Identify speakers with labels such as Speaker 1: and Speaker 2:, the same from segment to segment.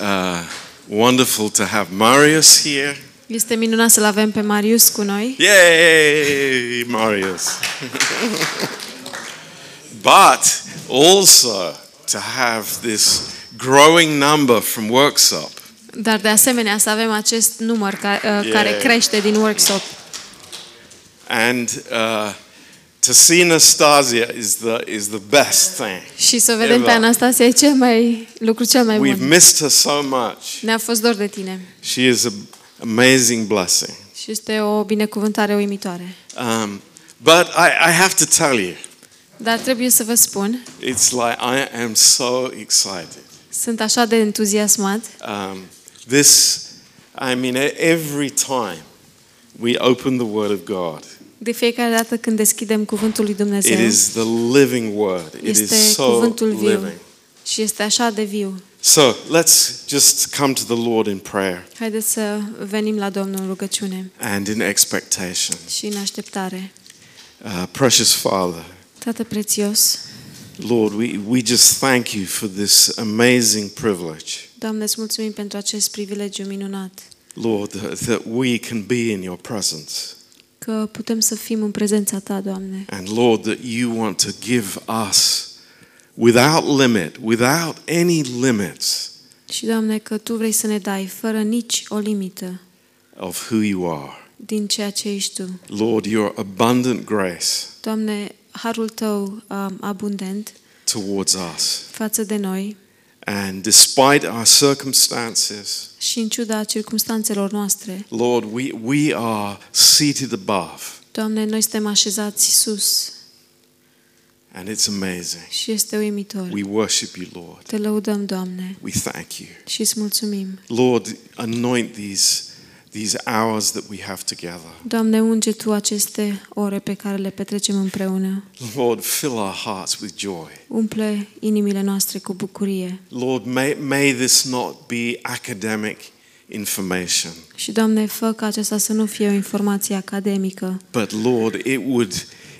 Speaker 1: Uh, wonderful to have Marius here.
Speaker 2: Este minunat să-l avem pe Marius cu noi,
Speaker 1: Yay, Marius. but also to have this growing number from Workshop.
Speaker 2: dar de asemenea să avem acest număr ca, uh, care
Speaker 1: Yeah.
Speaker 2: crește din workshop.
Speaker 1: And uh, to see Nastasia is the, is the best thing.
Speaker 2: Și să vedem
Speaker 1: Eva.
Speaker 2: pe Anastasia e cel mai, lucru cel mai
Speaker 1: We've
Speaker 2: bun.
Speaker 1: missed her so much.
Speaker 2: Ne-a fost dor de tine
Speaker 1: She is an amazing blessing.
Speaker 2: și este o binecuvântare uimitoare.
Speaker 1: Um, but I, I have to tell you,
Speaker 2: Dar trebuie să vă spun,
Speaker 1: it's like I am so excited.
Speaker 2: sunt așa de entuziasmat.
Speaker 1: Um, this, I mean, e- every time we open the Word of God,
Speaker 2: De fiecare dată când deschidem cuvântul lui Dumnezeu
Speaker 1: it is the living Word. It is
Speaker 2: Este
Speaker 1: so
Speaker 2: cuvântul viu.
Speaker 1: living.
Speaker 2: și este așa de viu.
Speaker 1: So let's just come to the Lord in prayer
Speaker 2: Haideți să venim la Domnul în rugăciune
Speaker 1: and in expectation.
Speaker 2: și în așteptare.
Speaker 1: Uh, precious Father,
Speaker 2: Tată prețios,
Speaker 1: Lord, we, we just thank you for this amazing privilege,
Speaker 2: Doamne, îți mulțumim pentru acest privilegiu minunat,
Speaker 1: Lord, that, that we can be in your presence.
Speaker 2: că putem să fim în prezența Ta, Doamne.
Speaker 1: And Lord, that you want to give us without limit, without any limits
Speaker 2: Și, Doamne, că Tu vrei să ne dai, fără nici o limită,
Speaker 1: of who you are.
Speaker 2: din ceea ce ești Tu.
Speaker 1: Lord, your abundant grace
Speaker 2: Doamne, harul Tău um, abundent
Speaker 1: towards us.
Speaker 2: față de noi
Speaker 1: And despite our circumstances,
Speaker 2: și în ciuda circumstanțelor noastre,
Speaker 1: Lord, we, we are seated above,
Speaker 2: Doamne, noi suntem așezați sus
Speaker 1: and it's amazing.
Speaker 2: și este uimitor.
Speaker 1: We worship you, Lord.
Speaker 2: Te lăudăm, Doamne,
Speaker 1: We thank you.
Speaker 2: și îți mulțumim.
Speaker 1: Lord, anoint these, these hours that we have together.
Speaker 2: Doamne, unge Tu aceste ore pe care le petrecem împreună.
Speaker 1: Lord, fill our hearts with joy.
Speaker 2: Umple inimile noastre cu bucurie.
Speaker 1: Lord, may, may this not be academic information,
Speaker 2: Și, Doamne, fă ca aceasta să nu fie o informație academică,
Speaker 1: but Lord, it would,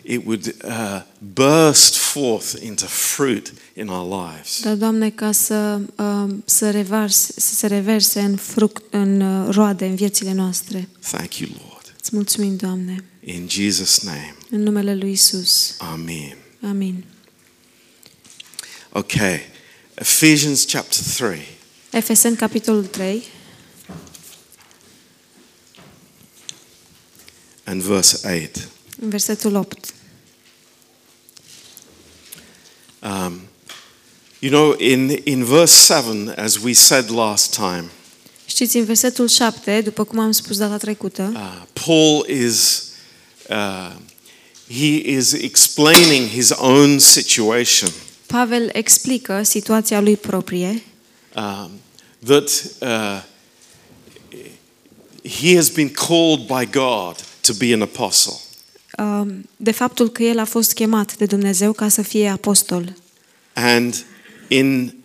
Speaker 1: it would uh, burst forth into fruit in our lives.
Speaker 2: dar, Doamne, ca să, um, să, reverse, să se reverse în, fruct, în uh, roade, în viețile noastre.
Speaker 1: Thank you, Lord.
Speaker 2: Îți mulțumim, Doamne,
Speaker 1: In Jesus' name,
Speaker 2: în numele Lui Isus.
Speaker 1: Amen.
Speaker 2: Amin.
Speaker 1: Okay, Ephesians chapter 3.
Speaker 2: Efeseni, capitolul 3
Speaker 1: and verse 8.
Speaker 2: în versetul 8.
Speaker 1: Um, you know, in, in verse 7, as we said last time,
Speaker 2: Știți, în versetul 7, după cum am spus data trecută,
Speaker 1: uh, Paul is, uh, he is explaining his own situation.
Speaker 2: Pavel explică situația lui proprie,
Speaker 1: Um, that uh, he has been called by God to be an apostle.
Speaker 2: um, de faptul că el a fost chemat de Dumnezeu ca să fie apostol.
Speaker 1: And in,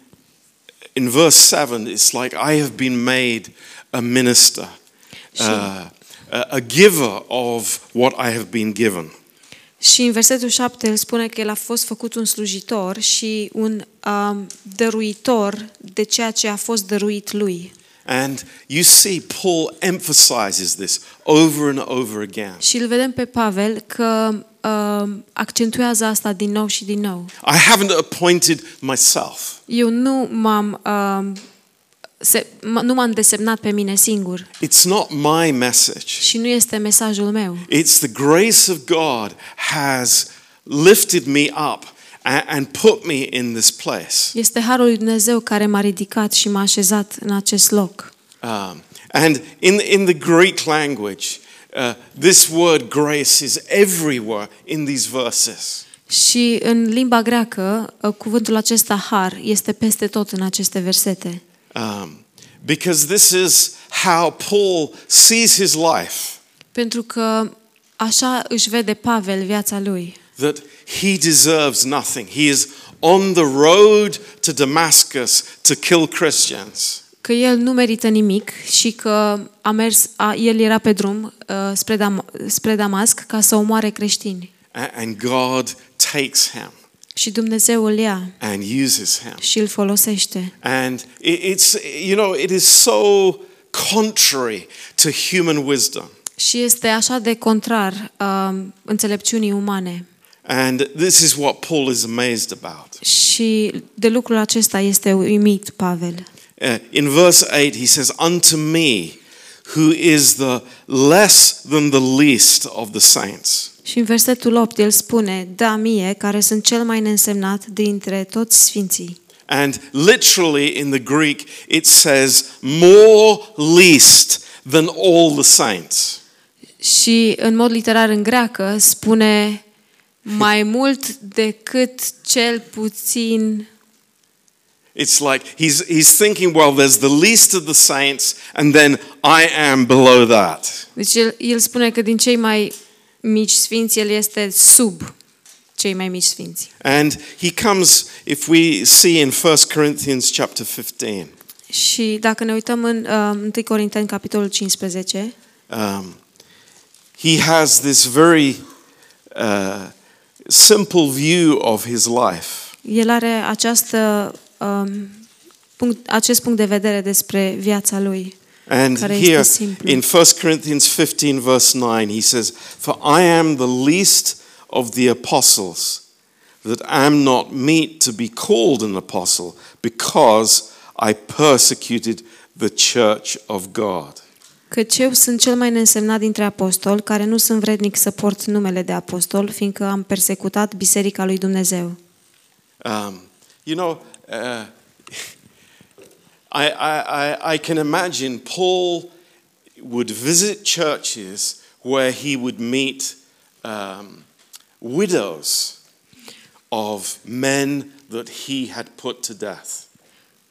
Speaker 1: in verse 7, it's like, I have been made a minister, uh, a a giver of what I have been given.
Speaker 2: Și în versetul 7 el spune că el a fost făcut un slujitor și un um, dăruitor de ceea ce a fost dăruit lui.
Speaker 1: And you see, Paul emphasizes this over and over again.
Speaker 2: Și îl vedem pe Pavel că um, accentuează asta din nou și din nou.
Speaker 1: I haven't appointed myself,
Speaker 2: Eu nu m-am um, se, m- nu m-am desemnat pe mine singur
Speaker 1: it's not my message.
Speaker 2: și nu este mesajul meu,
Speaker 1: It's the grace of God has lifted me up a- and put me in this place.
Speaker 2: este harul lui Dumnezeu care m-a ridicat și m-a așezat în acest loc.
Speaker 1: Um, and in, in the Greek language, uh, this word grace is everywhere in these verses.
Speaker 2: Și în limba greacă, uh, cuvântul acesta har este peste tot în aceste versete.
Speaker 1: Um, because this is how Paul sees his life,
Speaker 2: Pentru că așa își vede Pavel viața lui,
Speaker 1: that he deserves nothing. He is on the road to Damascus to kill Christians.
Speaker 2: că el nu merită nimic și că a mers, a, el era pe drum uh, spre, Dam- spre Damasc ca să omoare creștini.
Speaker 1: a- And God takes him.
Speaker 2: Și Dumnezeu îl ia
Speaker 1: and uses him.
Speaker 2: și îl folosește.
Speaker 1: And it- it's, you know, it is so contrary to human wisdom.
Speaker 2: Și este așa de contrar um, înțelepciunii umane.
Speaker 1: And this is what Paul is amazed about.
Speaker 2: Și de lucrul acesta este uimit Pavel.
Speaker 1: Uh, in verse 8, he says, Unto me, who is the less than the least of the saints.
Speaker 2: Și în versetul 8 el spune, Da mie, care sunt cel mai neînsemnat dintre toți sfinții.
Speaker 1: And literally in the Greek, it says, more least than all the saints.
Speaker 2: Și în mod literar în greacă spune mai mult decât cel puțin.
Speaker 1: It's like he's, he's thinking, well, there's the least of the saints, and then I am below that.
Speaker 2: Deci el, el spune că din cei mai mici sfinți el este sub cei mai mici sfinți.
Speaker 1: And he comes, if we see in 1 Corinthians chapter 15,
Speaker 2: Și dacă ne uităm în uh, 1 Corinteni, capitolul 15,
Speaker 1: um, he has this very uh, simple view of his life.
Speaker 2: el are această, um, punct, acest punct de vedere despre viața lui.
Speaker 1: And
Speaker 2: Care
Speaker 1: here
Speaker 2: este simplu.
Speaker 1: in 1 Corinthians 15, verse 9, he says, For I am the least of the apostles, that am not meet to be called an apostle, because I persecuted the church of God.
Speaker 2: Căci eu sunt cel mai neînsemnat dintre apostoli, care nu sunt vrednic să port numele de apostol, fiindcă am persecutat biserica lui Dumnezeu.
Speaker 1: Um, you know, uh, I, I, I, I can imagine Paul would visit churches where he would meet um, widows of men that he had put to death.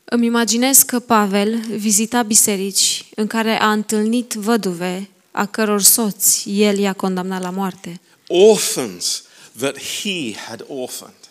Speaker 2: Îmi imaginez că Pavel vizita biserici în care a întâlnit văduve a căror soți el i-a condamnat la moarte,
Speaker 1: Orphans that he had orphaned.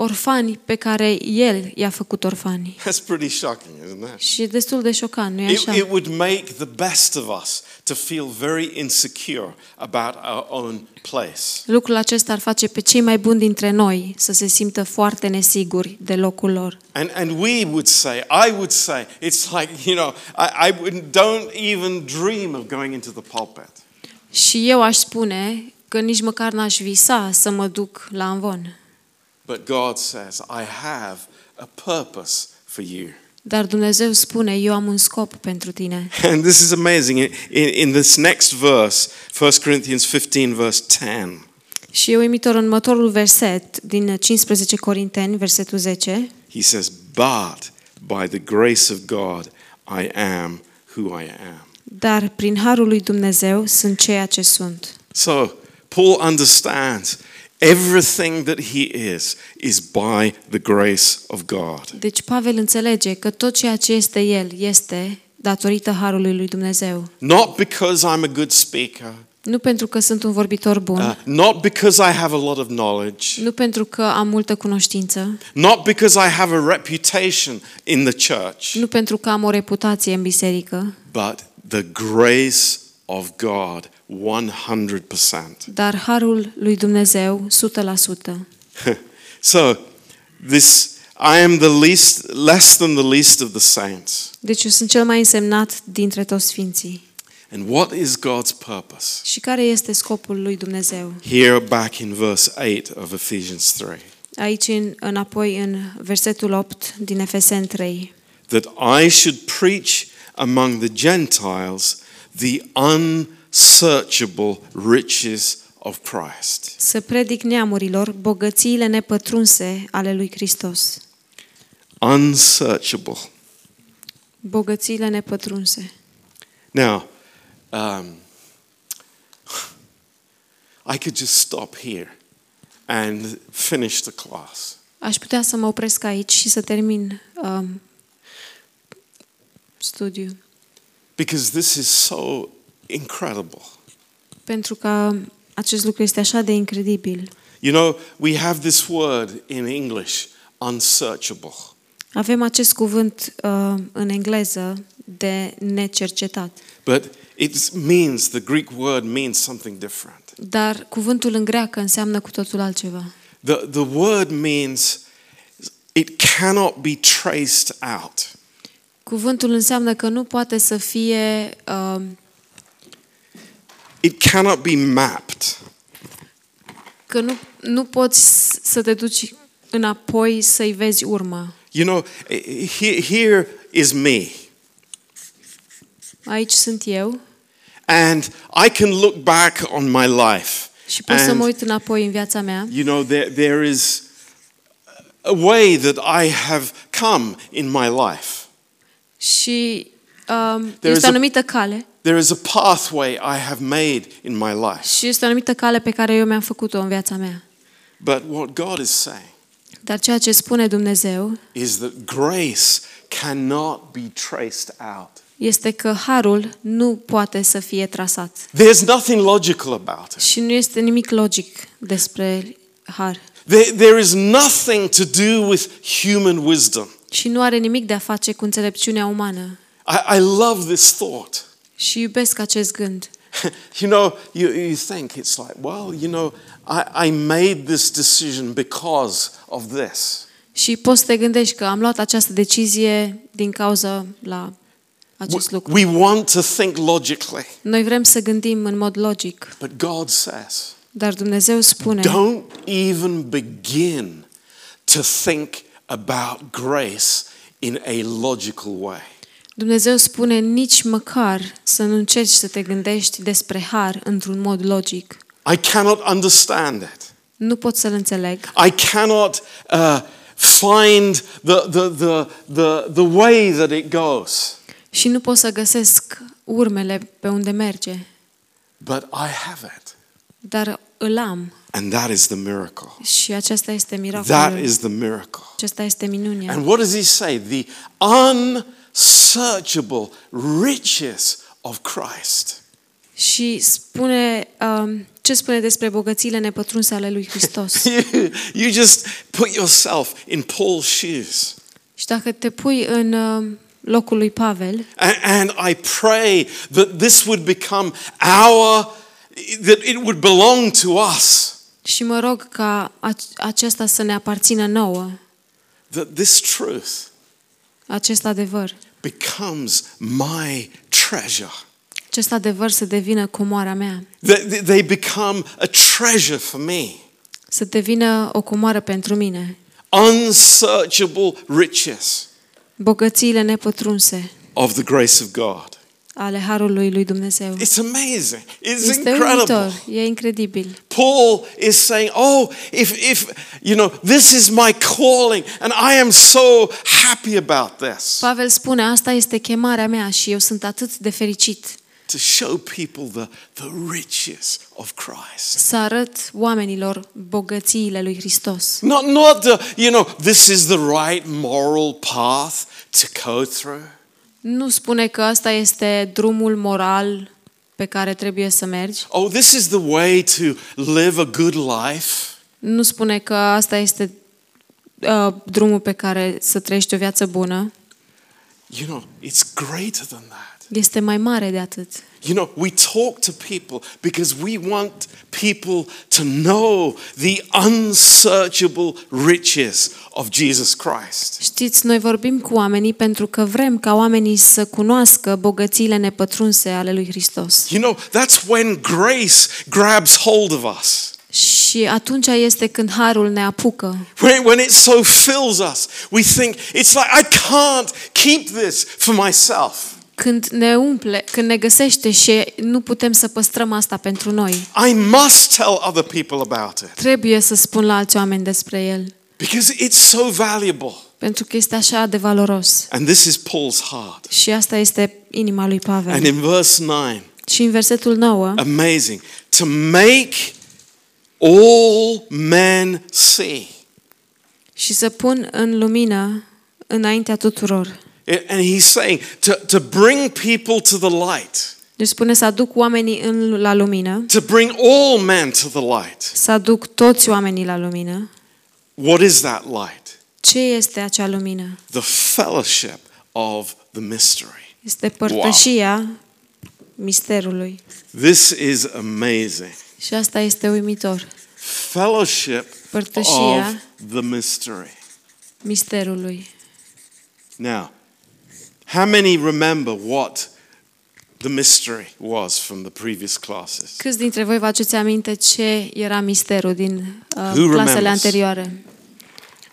Speaker 2: orfani pe care el i-a făcut orfani.
Speaker 1: That's pretty shocking, isn't it?
Speaker 2: Și e destul de șocant, nu-i
Speaker 1: It,
Speaker 2: așa?
Speaker 1: it would make the best of us to feel very insecure about our own place.
Speaker 2: Lucrul acesta ar face pe cei mai buni dintre noi să se simtă foarte nesiguri de locul lor.
Speaker 1: And, and we would say, I would say, it's like, you know, I, I wouldn't, don't even dream of going into the pulpit.
Speaker 2: Și eu aș spune că nici măcar n-aș visa să mă duc la anvon.
Speaker 1: But God says, I have a purpose for you.
Speaker 2: Dar Dumnezeu spune, eu am un scop pentru tine.
Speaker 1: And this is amazing. In, in, in this next verse, 1 Corinthians 15, verse 10,
Speaker 2: Și e uimitor în următorul verset din 15 Corinteni, versetul 10.
Speaker 1: he says, But by the grace of God, I am who I am.
Speaker 2: Dar prin harul lui Dumnezeu sunt ceea ce sunt.
Speaker 1: So Paul understands everything that he is, is by the grace of God.
Speaker 2: Deci Pavel înțelege că tot ceea ce este el este datorită harului lui Dumnezeu.
Speaker 1: Not because I'm a good speaker,
Speaker 2: Nu pentru că sunt un vorbitor bun,
Speaker 1: uh, not because I have a lot of knowledge,
Speaker 2: nu pentru că am multă cunoștință,
Speaker 1: not because I have a reputation in the church,
Speaker 2: nu pentru că am o reputație în biserică,
Speaker 1: but the grace of God 100%.
Speaker 2: dar harul lui Dumnezeu 100%.
Speaker 1: so, this I am the least less than the least of the saints.
Speaker 2: Deci eu sunt cel mai însemnat dintre toți sfinții.
Speaker 1: And what is God's purpose?
Speaker 2: Și care este scopul lui Dumnezeu?
Speaker 1: Here back in verse 8 of Ephesians 3.
Speaker 2: Aici în, înapoi în versetul 8 din Efesen 3.
Speaker 1: that I should preach among the Gentiles the unsearchable riches of Christ.
Speaker 2: Să predic neamurilor bogățiile nepătrunse ale lui Hristos.
Speaker 1: Unsearchable.
Speaker 2: Bogățiile nepătrunse.
Speaker 1: Now, um, I could just stop here and finish the class.
Speaker 2: Aș putea să mă opresc aici și să termin um, studiul.
Speaker 1: Because this is so incredible.
Speaker 2: Pentru că acest lucru este așa de incredibil.
Speaker 1: You know, we have this word in English, unsearchable.
Speaker 2: Avem acest cuvânt uh, în engleză de necercetat,
Speaker 1: But it means, the Greek word means something different.
Speaker 2: dar cuvântul în greacă înseamnă cu totul altceva.
Speaker 1: The, the word means it cannot be traced out.
Speaker 2: Cuvântul înseamnă că nu poate să fie um,
Speaker 1: It cannot be mapped.
Speaker 2: că nu, nu poți să te duci înapoi să-i vezi urma.
Speaker 1: You know, he- here is me.
Speaker 2: Aici sunt eu
Speaker 1: And I can look back on my life.
Speaker 2: și pot să mă
Speaker 1: And,
Speaker 2: uit înapoi în viața mea
Speaker 1: you know, there, there is a way that I have come in my life.
Speaker 2: și um,
Speaker 1: There is
Speaker 2: este o
Speaker 1: a-
Speaker 2: anumită cale
Speaker 1: There is a pathway I have made in my life.
Speaker 2: și este o anumită cale pe care eu mi-am făcut-o în viața mea.
Speaker 1: But what God is saying
Speaker 2: Dar ceea ce spune Dumnezeu
Speaker 1: is that grace cannot be traced out.
Speaker 2: este că harul nu poate să fie trasat
Speaker 1: There's nothing logical about it.
Speaker 2: și nu este nimic logic despre har
Speaker 1: There, there is nothing to do with human wisdom.
Speaker 2: și nu are nimic de a face cu înțelepciunea umană.
Speaker 1: I, I love this thought.
Speaker 2: Și iubesc acest gând.
Speaker 1: you know, you, you think it's like, well, you know, I, I made this decision because of this.
Speaker 2: Și poți să te gândești că am luat această decizie din cauza la
Speaker 1: We,
Speaker 2: acest lucru.
Speaker 1: we want to think logically,
Speaker 2: Noi vrem să gândim în mod logic,
Speaker 1: but God says,
Speaker 2: dar Dumnezeu spune,
Speaker 1: don't even begin to think about grace in a logical way.
Speaker 2: Dumnezeu spune nici măcar să nu încerci să te gândești despre har într-un mod logic.
Speaker 1: I cannot understand it.
Speaker 2: Nu pot să-l înțeleg.
Speaker 1: I cannot uh, find the, the, the, the, the way that it goes,
Speaker 2: Și nu pot să găsesc urmele pe unde merge,
Speaker 1: but I have it.
Speaker 2: dar îl am
Speaker 1: And that is the miracle.
Speaker 2: și acesta este
Speaker 1: That
Speaker 2: miracolul.
Speaker 1: is the miracle.
Speaker 2: Acesta este minunea.
Speaker 1: And what does he say? The unsearchable riches of Christ.
Speaker 2: Și spune um, ce spune despre bogățiile nepătrunse ale lui Hristos.
Speaker 1: You, you just put yourself in Paul's shoes.
Speaker 2: Și dacă te pui în uh, locul lui Pavel,
Speaker 1: And, and I pray that this would become our, that it would belong to us,
Speaker 2: și mă rog ca ac- acesta să ne aparțină nouă,
Speaker 1: that this truth
Speaker 2: acest adevăr.
Speaker 1: becomes my treasure.
Speaker 2: Acest adevăr să devină comoara mea,
Speaker 1: That that they become a treasure for me.
Speaker 2: să devină o comoară pentru mine.
Speaker 1: Unsearchable riches.
Speaker 2: Bogățiile nepătrunse
Speaker 1: of the grace of God.
Speaker 2: ale harului lui Dumnezeu.
Speaker 1: It's amazing. It's
Speaker 2: Este
Speaker 1: incredible.
Speaker 2: uimitor, e incredibil.
Speaker 1: Paul is saying, "Oh, if if you know, this is my calling and I am so happy about this
Speaker 2: Pavel spune, asta este chemarea mea și eu sunt atât de fericit
Speaker 1: to show people the the riches of Christ."
Speaker 2: să arăt oamenilor bogățiile lui Hristos.
Speaker 1: Not not the, you know, this is the right moral path to go through.
Speaker 2: Nu spune că asta este drumul moral pe care trebuie să mergi.
Speaker 1: Oh, this is the way to live a good life.
Speaker 2: Nu spune că asta este uh, drumul pe care să trăiești o viață bună.
Speaker 1: You know, it's greater than that.
Speaker 2: Este mai mare de atât.
Speaker 1: You know, we talk to people because we want people to know the unsearchable riches of Jesus Christ.
Speaker 2: Știți, noi vorbim cu oamenii pentru că vrem ca oamenii să cunoască bogățiile nepătrunse ale lui Hristos.
Speaker 1: You know, that's when grace grabs hold of us.
Speaker 2: Și atunci este când harul ne apucă.
Speaker 1: When, when it so fills us, we think, it's like, I can't keep this for myself.
Speaker 2: Când ne umple, când ne găsește și nu putem să păstrăm asta pentru noi.
Speaker 1: I must tell other people about it
Speaker 2: Trebuie să spun la alți oameni despre el,
Speaker 1: because it's so valuable.
Speaker 2: pentru că este așa de valoros.
Speaker 1: And this is Paul's heart.
Speaker 2: Și asta este inima lui Pavel.
Speaker 1: And in verse 9,
Speaker 2: Și în versetul 9,
Speaker 1: amazing to make all men see
Speaker 2: și să pun în lumină înaintea tuturor.
Speaker 1: and he's saying to, to bring people to the light
Speaker 2: Deci spune să aduc oamenii în, la lumină,
Speaker 1: to bring all men to the light
Speaker 2: să aduc toți oamenii la lumină.
Speaker 1: what is that light
Speaker 2: Ce este acea lumină?
Speaker 1: the fellowship of the mystery
Speaker 2: Este părtășia misterului.
Speaker 1: this is amazing
Speaker 2: Și asta este uimitor.
Speaker 1: fellowship
Speaker 2: părtășia
Speaker 1: of the mystery.
Speaker 2: misterului.
Speaker 1: Now, how many remember what the mystery was from the previous classes?
Speaker 2: Câți dintre voi vă aduceți aminte ce era misterul din uh,
Speaker 1: Who
Speaker 2: clasele
Speaker 1: remembers?
Speaker 2: anterioare?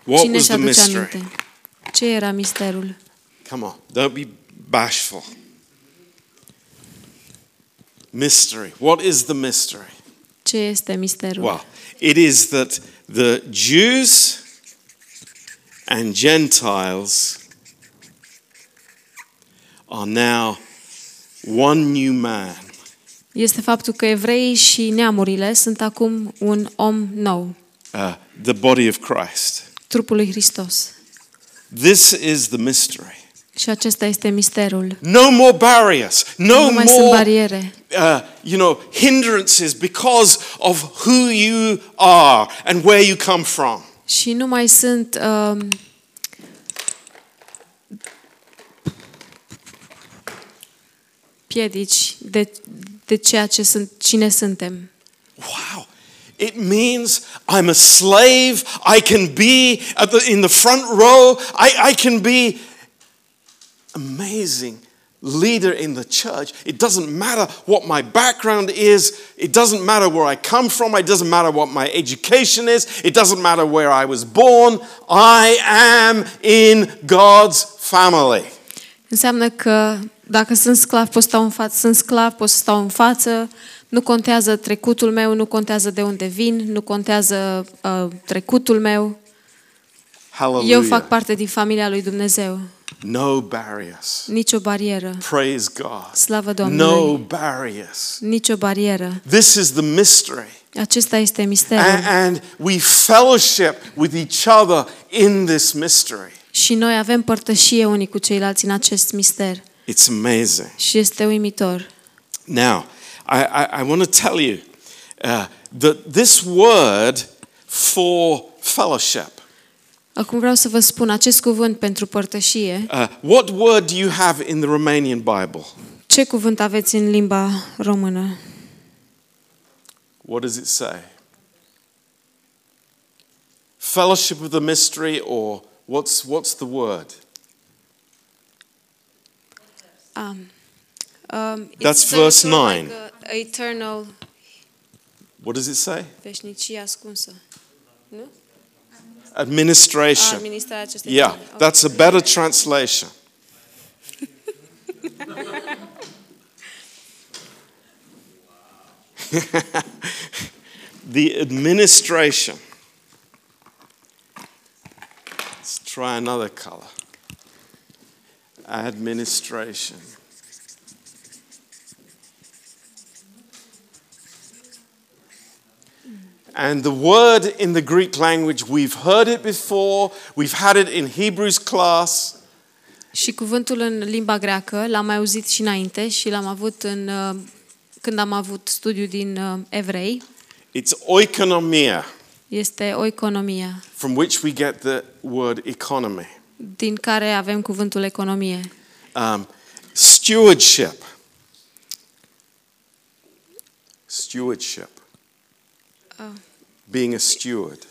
Speaker 1: What
Speaker 2: Cine
Speaker 1: was
Speaker 2: își
Speaker 1: the
Speaker 2: aduce
Speaker 1: mystery?
Speaker 2: aminte? Ce era misterul?
Speaker 1: Come on, don't be bashful. Mystery. What is the mystery?
Speaker 2: Ce este misterul?
Speaker 1: Well, it is that the Jews and Gentiles are now one new man.
Speaker 2: Este faptul că evreii și neamurile sunt acum un om nou,
Speaker 1: uh, the body of Christ.
Speaker 2: trupul lui Hristos.
Speaker 1: This is the mystery.
Speaker 2: Și acesta este misterul.
Speaker 1: No more barriers. No
Speaker 2: nu mai sunt
Speaker 1: more,
Speaker 2: bariere.
Speaker 1: uh, you know, hindrances because of who you are and where you come from.
Speaker 2: Și nu mai sunt um, piedici de, de ceea ce sunt, cine suntem.
Speaker 1: Wow. It means I'm a slave. I can be at the, in the front row. I, I can be amazing leader in the church. It doesn't matter what my background is. It doesn't matter where I come from. It doesn't matter what my education is. It doesn't matter where I was born. I am in God's family.
Speaker 2: Înseamnă că dacă sunt sclav, pot stau în față, sunt sclav, pot să stau în față, nu contează trecutul meu, nu contează de unde vin, nu contează uh, trecutul meu. Eu fac
Speaker 1: Hallelujah.
Speaker 2: parte din familia lui Dumnezeu.
Speaker 1: No barriers.
Speaker 2: Nicio barieră.
Speaker 1: Praise God.
Speaker 2: Slavă Domnului.
Speaker 1: No barriers.
Speaker 2: Nicio barieră.
Speaker 1: This is the mystery.
Speaker 2: Acesta este misterul.
Speaker 1: And, and we fellowship with each other in this mystery.
Speaker 2: Și noi avem părtășie unii cu ceilalți în acest mister.
Speaker 1: It's amazing.
Speaker 2: Și este uimitor.
Speaker 1: Now, I, I, I want to tell you uh, that this word for fellowship,
Speaker 2: Acum vreau să vă spun acest cuvânt pentru părtășie.
Speaker 1: uh, what word do you have in the Romanian Bible?
Speaker 2: Ce cuvânt aveți în limba română?
Speaker 1: What does it say? Fellowship of the mystery, or what's, what's the word?
Speaker 2: Um, um, it's
Speaker 1: That's
Speaker 2: sort of
Speaker 1: verse nine.
Speaker 2: Like a eternal
Speaker 1: What does it say?
Speaker 2: veșnicie ascunsă.
Speaker 1: Administration.
Speaker 2: Administrarea acestei
Speaker 1: Yeah,
Speaker 2: țări. Ok.
Speaker 1: that's a better translation. the administration. Let's try another color. Administration. And the word in the Greek language, we've heard it before, we've had it in Hebrews class.
Speaker 2: Și cuvântul în limba greacă l-am mai auzit și înainte și l-am avut în, uh, când am avut studiu din uh, evrei.
Speaker 1: It's oikonomia,
Speaker 2: Este o economie,
Speaker 1: from which we get the word economy.
Speaker 2: din care avem cuvântul economie.
Speaker 1: Um, stewardship. Stewardship. Being a steward.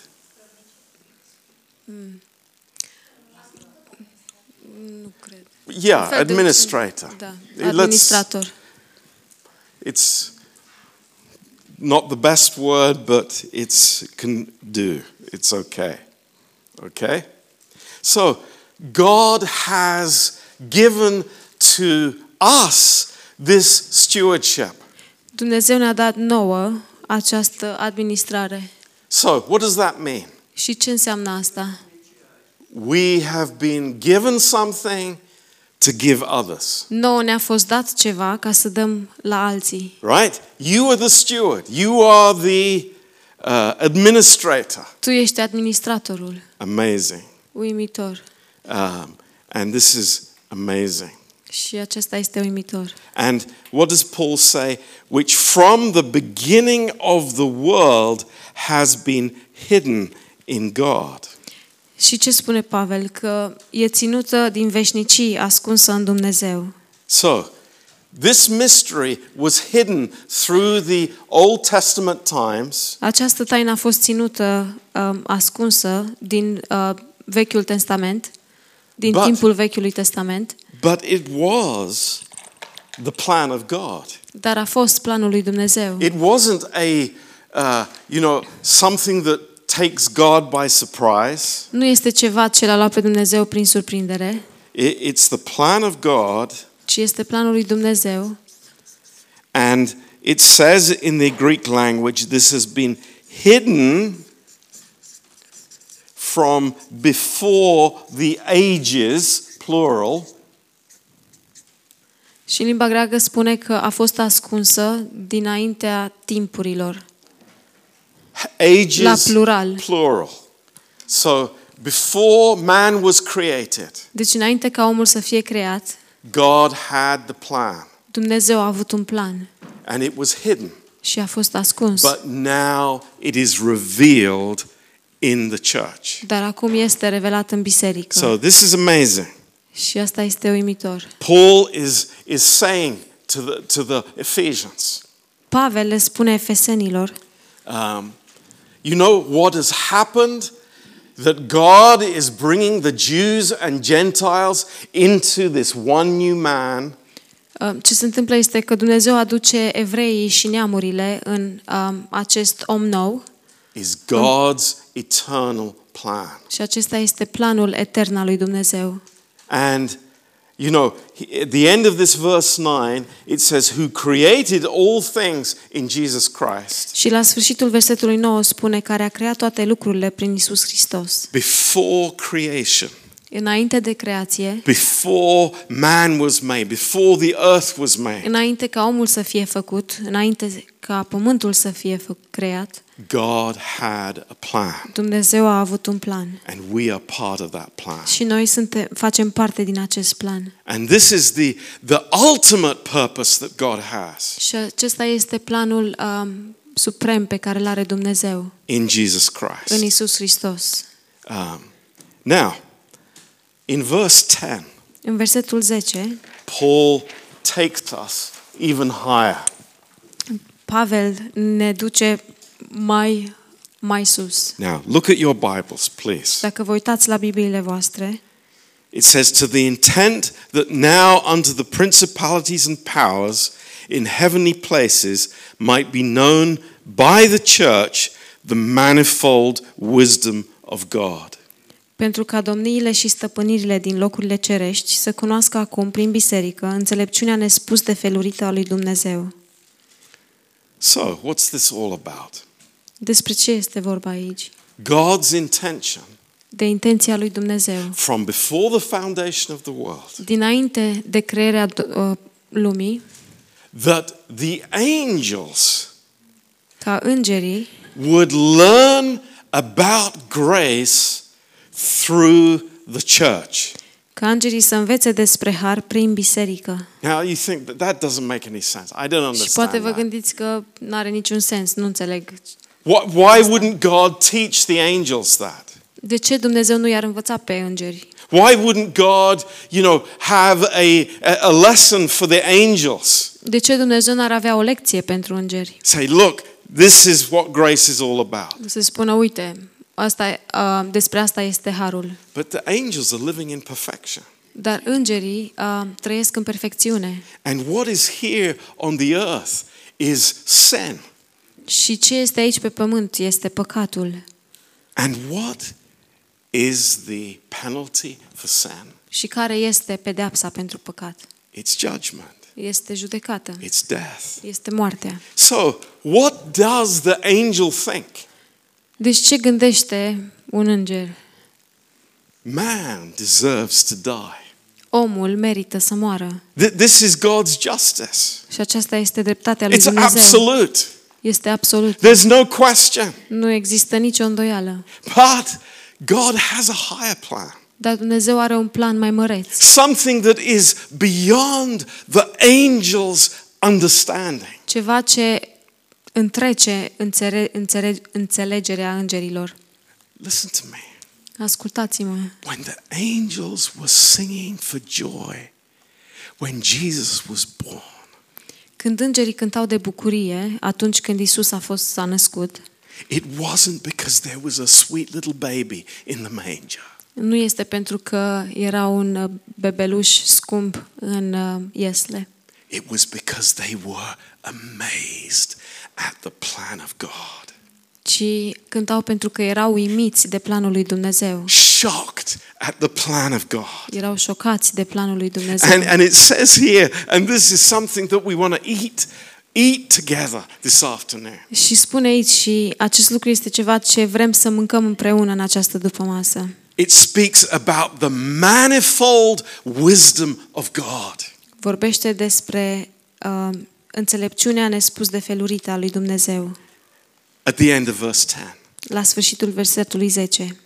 Speaker 2: Nu cred.
Speaker 1: Yeah,
Speaker 2: Un fel de-
Speaker 1: administrator.
Speaker 2: Da,
Speaker 1: Let's-
Speaker 2: administrator.
Speaker 1: it's not the best word, but it's can do. It's okay. Okay? So God has given to us this stewardship.
Speaker 2: Dumnezeu ne-a dat nouă această administrare.
Speaker 1: So what does that mean?
Speaker 2: Și ce înseamnă asta?
Speaker 1: We have been given something to give others.
Speaker 2: Nouă ne-a fost dat ceva ca să dăm la alții.
Speaker 1: Right? You are the steward. You are the uh, administrator.
Speaker 2: Tu ești administratorul.
Speaker 1: Amazing.
Speaker 2: Uimitor.
Speaker 1: Um, and this is amazing.
Speaker 2: Și acesta este uimitor.
Speaker 1: And what does Paul say? Which from the beginning of the world has been hidden in God.
Speaker 2: Și ce spune Pavel? Că e ținută din veșnicii, ascunsă în Dumnezeu.
Speaker 1: So, This mystery was hidden through the Old Testament times
Speaker 2: Această taină a fost ținută um, ascunsă din uh, Vechiul Testament, din
Speaker 1: But-
Speaker 2: timpul Vechiului Testament,
Speaker 1: But it was the plan of God.
Speaker 2: dar a fost planul lui Dumnezeu.
Speaker 1: It wasn't a, uh, you know, something that takes God by surprise.
Speaker 2: Nu este ceva ce l-a luat pe Dumnezeu prin surprindere,
Speaker 1: It, it's the plan of God,
Speaker 2: ci este planul lui Dumnezeu.
Speaker 1: and it says in the Greek language this has been hidden from before the ages, plural,
Speaker 2: Și în limba greacă spune că a fost ascunsă dinaintea timpurilor.
Speaker 1: ages,
Speaker 2: La plural.
Speaker 1: plural. So before man was created,
Speaker 2: Deci înainte ca omul să fie creat,
Speaker 1: God had the plan,
Speaker 2: Dumnezeu a avut un plan
Speaker 1: and it was hidden.
Speaker 2: și a fost ascuns.
Speaker 1: But now it is revealed in the church.
Speaker 2: Dar acum este revelat în biserică.
Speaker 1: So this is amazing.
Speaker 2: și asta este uimitor.
Speaker 1: Paul is, is saying to the, to the Ephesians,
Speaker 2: Pavel le spune efesenilor,
Speaker 1: um, you know what has happened? That God is bringing the Jews and Gentiles into this one new man.
Speaker 2: uh, ce se întâmplă este că Dumnezeu aduce evreii și neamurile în um, acest om nou
Speaker 1: is God's eternal plan.
Speaker 2: și acesta este planul etern al lui Dumnezeu.
Speaker 1: And you know, he- at the end of this verse 9, it says, Who created all things in Jesus Christ
Speaker 2: Și la sfârșitul versetului 9 spune care a creat toate lucrurile prin Isus Hristos.
Speaker 1: before creation,
Speaker 2: Înainte de creație,
Speaker 1: before man was made, before the earth was made,
Speaker 2: înainte ca omul să fie făcut, înainte ca pământul să fie fă- creat,
Speaker 1: God had a plan.
Speaker 2: Dumnezeu a avut un plan.
Speaker 1: And we are part of that plan.
Speaker 2: Și noi suntem, facem parte din acest plan.
Speaker 1: And this is the, the ultimate purpose that God has
Speaker 2: Și acesta este planul um, suprem pe care îl are Dumnezeu
Speaker 1: in Jesus
Speaker 2: în
Speaker 1: Christ.
Speaker 2: Isus Hristos.
Speaker 1: Um, now, in verse 10,
Speaker 2: În versetul 10,
Speaker 1: Paul takes us even higher.
Speaker 2: Pavel ne duce mai, mai sus.
Speaker 1: Now, look at your Bibles, please.
Speaker 2: Dacă vă uitați la Bibliile voastre,
Speaker 1: It says, To the intent that now unto the principalities and powers in heavenly places might be known by the church the manifold wisdom of God.
Speaker 2: pentru ca domniile și stăpânirile din locurile cerești să cunoască acum prin biserică înțelepciunea nespus de felurită a lui Dumnezeu.
Speaker 1: So, what's this all about?
Speaker 2: Despre ce este vorba aici?
Speaker 1: God's intention
Speaker 2: De intenția lui Dumnezeu.
Speaker 1: from before the foundation of the world
Speaker 2: Dinainte de crearea uh, lumii,
Speaker 1: that the angels
Speaker 2: ca îngerii
Speaker 1: would learn about grace through the church.
Speaker 2: ca îngerii să învețe despre har prin biserică.
Speaker 1: Now you think that that doesn't make any sense. I don't
Speaker 2: Și poate
Speaker 1: understand.
Speaker 2: vă
Speaker 1: that.
Speaker 2: gândiți că nu are niciun sens, nu înțeleg.
Speaker 1: Why, why wouldn't God teach the angels that?
Speaker 2: De ce Dumnezeu nu i-ar învăța pe îngeri?
Speaker 1: Why wouldn't God, you know, have a, a- a lesson for the angels?
Speaker 2: De ce Dumnezeu n-ar avea o lecție pentru îngeri?
Speaker 1: Say, look, this is what grace is all about.
Speaker 2: Să spună, uite, asta, e, uh, despre asta este harul.
Speaker 1: But the angels are living in perfection.
Speaker 2: Dar îngerii uh, trăiesc în perfecțiune.
Speaker 1: And what is here on the earth is sin.
Speaker 2: Și ce este aici pe pământ este păcatul.
Speaker 1: And what is the penalty for sin?
Speaker 2: Și care este pedeapsa pentru păcat?
Speaker 1: It's judgment,
Speaker 2: Este judecată.
Speaker 1: it's death.
Speaker 2: Este moartea.
Speaker 1: So, what does the angel think?
Speaker 2: Deci ce gândește un înger?
Speaker 1: Man deserves to die.
Speaker 2: Omul merită să moară.
Speaker 1: Th- This is God's justice.
Speaker 2: Și aceasta este dreptatea lui
Speaker 1: It's
Speaker 2: Dumnezeu.
Speaker 1: absolute.
Speaker 2: Este absolut.
Speaker 1: There's no question.
Speaker 2: Nu există nicio îndoială.
Speaker 1: But God has a higher plan,
Speaker 2: Dar Dumnezeu are un plan mai măreț.
Speaker 1: something that is beyond the angel's understanding.
Speaker 2: Ceva ce întrece înțere- înțere- înțelegerea îngerilor.
Speaker 1: Listen to me.
Speaker 2: Ascultați-mă.
Speaker 1: when the angels were singing for joy when Jesus was born,
Speaker 2: Când îngerii cântau de bucurie, atunci când Isus a fost s-a născut,
Speaker 1: It wasn't because there was a sweet little baby in the manger.
Speaker 2: nu este pentru că era un uh, bebeluș scump în uh, iesle,
Speaker 1: It was because they were amazed at the plan of God,
Speaker 2: ci cântau pentru că erau uimiți de planul lui Dumnezeu.
Speaker 1: shocked at the plan of God.
Speaker 2: Erau șocați de planul lui Dumnezeu.
Speaker 1: And, and it says here, and this is something that we want to eat, eat together this afternoon.
Speaker 2: Și spune aici și acest lucru este ceva ce vrem să mâncăm împreună în această dupămasă.
Speaker 1: It speaks about the manifold wisdom of God.
Speaker 2: Vorbește despre uh, înțelepciunea nespus de felurită a lui Dumnezeu.
Speaker 1: At the end of verse 10.
Speaker 2: La sfârșitul versetului 10.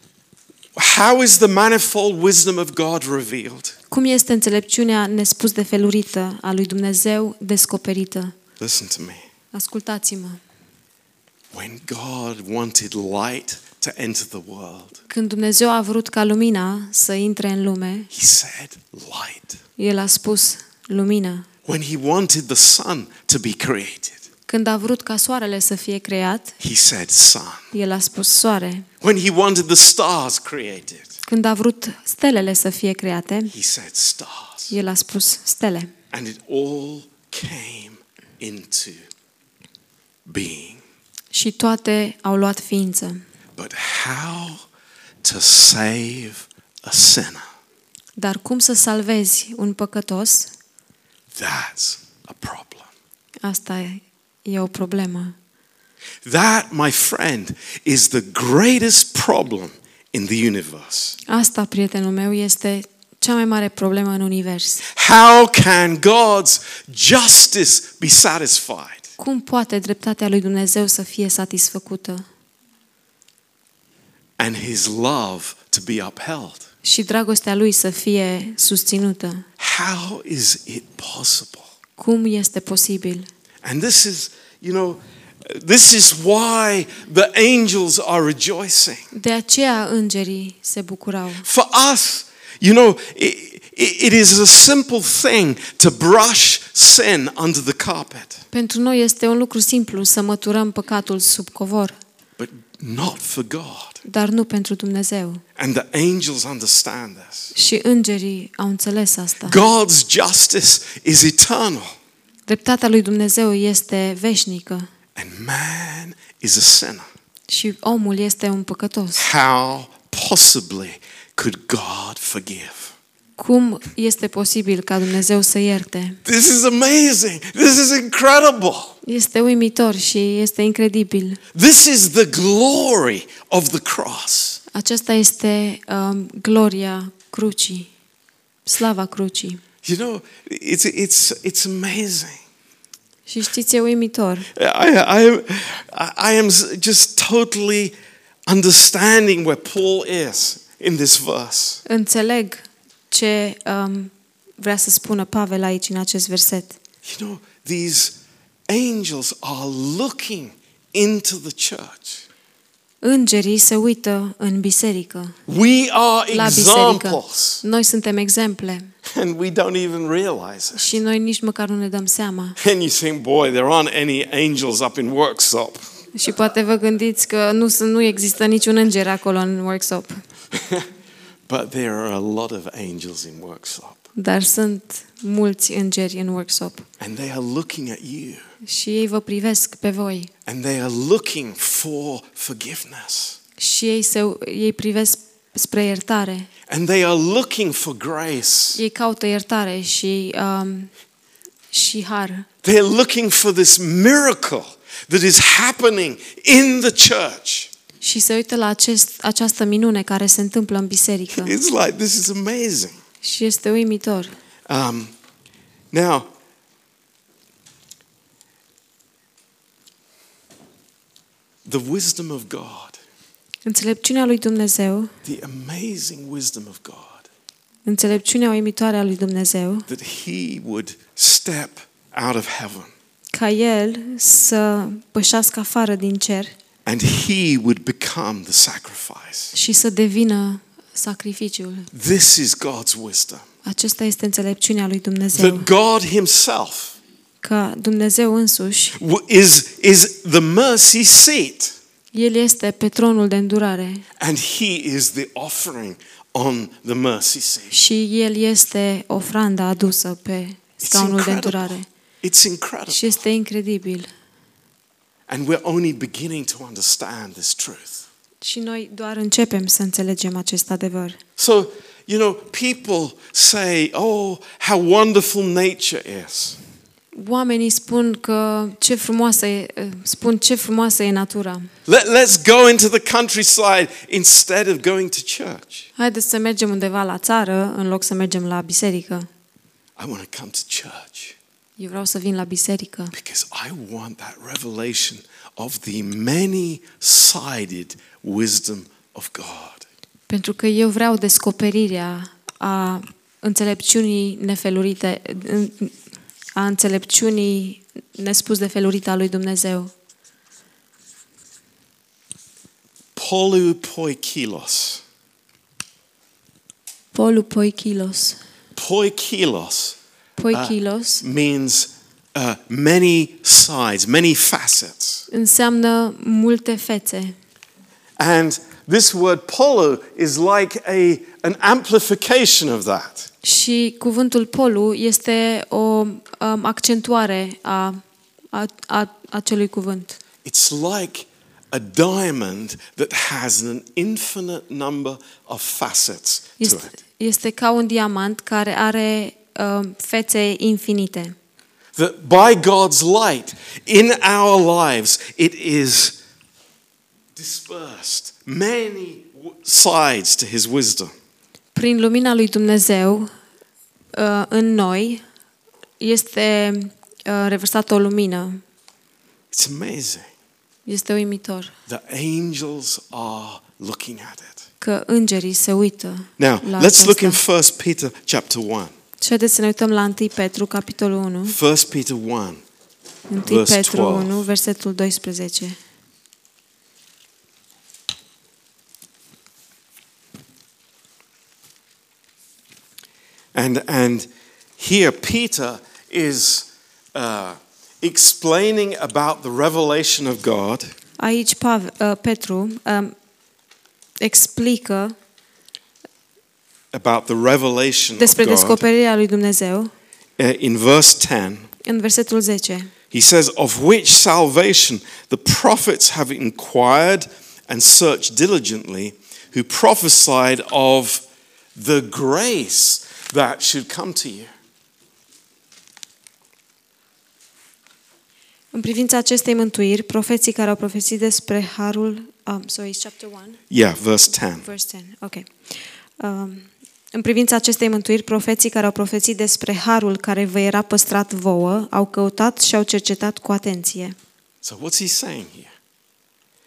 Speaker 1: How is the manifold wisdom of God revealed?
Speaker 2: Cum este înțelepciunea nespus de felurită a lui Dumnezeu descoperită?
Speaker 1: Listen to me.
Speaker 2: Ascultați-mă.
Speaker 1: When God wanted light to enter the world,
Speaker 2: Când Dumnezeu a vrut ca lumina să intre în lume,
Speaker 1: he said, Light.
Speaker 2: El a spus lumină.
Speaker 1: When he wanted the sun to be created,
Speaker 2: Când a vrut ca soarele să fie creat,
Speaker 1: he said, Sun.
Speaker 2: El a spus soare.
Speaker 1: When he wanted the stars created,
Speaker 2: Când a vrut stelele să fie create,
Speaker 1: he said, Stars.
Speaker 2: El a spus stele.
Speaker 1: And it all came into being.
Speaker 2: Și toate au luat ființă.
Speaker 1: But how to save a sinner?
Speaker 2: Dar cum să salvezi un păcătos?
Speaker 1: That's a problem.
Speaker 2: Asta e- e o problemă.
Speaker 1: That, my friend, is the greatest problem in the universe.
Speaker 2: Asta, prietenul meu, este cea mai mare problemă în univers.
Speaker 1: How can God's justice be satisfied?
Speaker 2: Cum poate dreptatea lui Dumnezeu să fie satisfăcută
Speaker 1: and his love to be upheld.
Speaker 2: și dragostea lui să fie susținută?
Speaker 1: How is it possible?
Speaker 2: Cum este posibil?
Speaker 1: And this is, you know, this is why the angels are rejoicing.
Speaker 2: De aceea îngerii se bucurau.
Speaker 1: For us, you know, it, it is a simple thing to brush sin under the carpet,
Speaker 2: Pentru noi este un lucru simplu să măturăm păcatul sub covor,
Speaker 1: but not for God.
Speaker 2: dar nu pentru Dumnezeu.
Speaker 1: And the angels understand this.
Speaker 2: Și îngerii au înțeles asta.
Speaker 1: God's justice is eternal,
Speaker 2: Dreptatea lui Dumnezeu este veșnică
Speaker 1: and man is a sinner.
Speaker 2: și omul este un păcătos.
Speaker 1: How possibly could God forgive?
Speaker 2: Cum este posibil ca Dumnezeu să ierte?
Speaker 1: This is amazing. This is incredible.
Speaker 2: Este uimitor și este incredibil.
Speaker 1: This is the glory of the cross.
Speaker 2: Aceasta este um, gloria crucii, slava crucii.
Speaker 1: You know, it's, it's, it's amazing.
Speaker 2: Și știți, e uimitor.
Speaker 1: I, I, I am just totally understanding where Paul is in this verse.
Speaker 2: Înțeleg ce um, vrea să spună Pavel aici în acest verset.
Speaker 1: You know, these angels are looking into the church.
Speaker 2: Îngerii se uită în biserică,
Speaker 1: We are
Speaker 2: la biserică.
Speaker 1: examples,
Speaker 2: Noi suntem exemple
Speaker 1: and we don't even realize it.
Speaker 2: și noi nici măcar nu ne dăm seama.
Speaker 1: And you think, boy, there aren't any angels up in workshop.
Speaker 2: Și poate vă gândiți că nu, sunt- nu există niciun înger acolo în workshop,
Speaker 1: But there are a lot of angels in workshop.
Speaker 2: dar sunt mulți îngeri în workshop
Speaker 1: And they are looking at you.
Speaker 2: și ei vă privesc pe voi
Speaker 1: And they are looking for forgiveness.
Speaker 2: și ei, se, ei privesc spre iertare.
Speaker 1: And they are looking for grace.
Speaker 2: Ei caută iertare și, um, și har.
Speaker 1: They're looking for this miracle that is happening in the church.
Speaker 2: Și se uită la acest, această minune care se întâmplă în biserică
Speaker 1: It's like, this is amazing.
Speaker 2: și este uimitor.
Speaker 1: Um, now, the wisdom of God.
Speaker 2: Înțelepciunea lui Dumnezeu,
Speaker 1: the amazing wisdom of God
Speaker 2: înțelepciunea uimitoare a lui Dumnezeu,
Speaker 1: that he would step out of heaven
Speaker 2: ca El să pășească afară din cer
Speaker 1: and he would become the sacrifice.
Speaker 2: și să devină sacrificiul.
Speaker 1: This is God's wisdom.
Speaker 2: Acesta este înțelepciunea lui Dumnezeu.
Speaker 1: That God himself
Speaker 2: că Dumnezeu însuși,
Speaker 1: w- is, is the mercy seat,
Speaker 2: El este pe tronul de îndurare
Speaker 1: and He is the offering on the mercy seat.
Speaker 2: și El este ofranda adusă pe
Speaker 1: It's
Speaker 2: scaunul de
Speaker 1: incredible.
Speaker 2: îndurare.
Speaker 1: It's incredible.
Speaker 2: Și este incredibil.
Speaker 1: And we're only beginning to understand this truth.
Speaker 2: Și noi doar începem să înțelegem acest adevăr.
Speaker 1: So, you know, people say, oh, how wonderful nature is.
Speaker 2: Oamenii spun că ce frumoasă e, spun ce frumoasă e natura.
Speaker 1: Let, let's go into the countryside instead of going to church.
Speaker 2: Haideți să mergem undeva la țară în loc să mergem la biserică.
Speaker 1: I want to come to church
Speaker 2: Eu vreau să vin la biserică
Speaker 1: because I want that revelation of the many sided wisdom of God.
Speaker 2: pentru că eu vreau descoperirea a înțelepciunii nefelurite, a înțelepciunii nespus de felurite a lui Dumnezeu.
Speaker 1: Polu poikilos.
Speaker 2: Polu poikilos.
Speaker 1: Poikilos
Speaker 2: Poikilos
Speaker 1: means uh, many sides, many facets.
Speaker 2: înseamnă multe fețe.
Speaker 1: And this word polo is like a, an amplification of that.
Speaker 2: Și cuvântul polu este o um, accentuare a, a, a acelui cuvânt.
Speaker 1: It's like a diamond that has an infinite number of facets to
Speaker 2: Este,
Speaker 1: it.
Speaker 2: este ca un diamant care are um, fețe infinite.
Speaker 1: That by God's light in our lives, it is dispersed, many w- sides to his wisdom.
Speaker 2: Prin lumina lui Dumnezeu uh, în noi este uh, revărsată o lumină.
Speaker 1: It's amazing.
Speaker 2: Este uimitor
Speaker 1: The angels are looking at it.
Speaker 2: că îngerii se uită.
Speaker 1: Now,
Speaker 2: la
Speaker 1: let's look in
Speaker 2: aceasta.
Speaker 1: 1 Peter chapter 1.
Speaker 2: Și haideți să ne uităm la 1 Petru, capitolul 1.
Speaker 1: 1 Peter 1.
Speaker 2: 1
Speaker 1: Verse
Speaker 2: Petru
Speaker 1: 12.
Speaker 2: 1, versetul 12.
Speaker 1: And, and here Peter is uh, explaining about the revelation of God
Speaker 2: Aici Pav, uh, Petru um,
Speaker 1: Oh,
Speaker 2: explică
Speaker 1: about the revelation
Speaker 2: despre
Speaker 1: of God
Speaker 2: descoperirea lui Dumnezeu
Speaker 1: uh, in verse 10.
Speaker 2: în versetul 10.
Speaker 1: He says, Of which salvation the prophets have inquired and searched diligently, who prophesied of the grace that should come to you.
Speaker 2: În privința acestei mântuiri, profeții care au profețit despre harul, um, sorry, it's chapter 1,
Speaker 1: Yeah, verse 10.
Speaker 2: verse 10. Ok. Um, în privința acestei mântuiri, profeții care au profețit despre harul care vă era păstrat vouă, au căutat și au cercetat cu atenție.
Speaker 1: So, what's he saying here?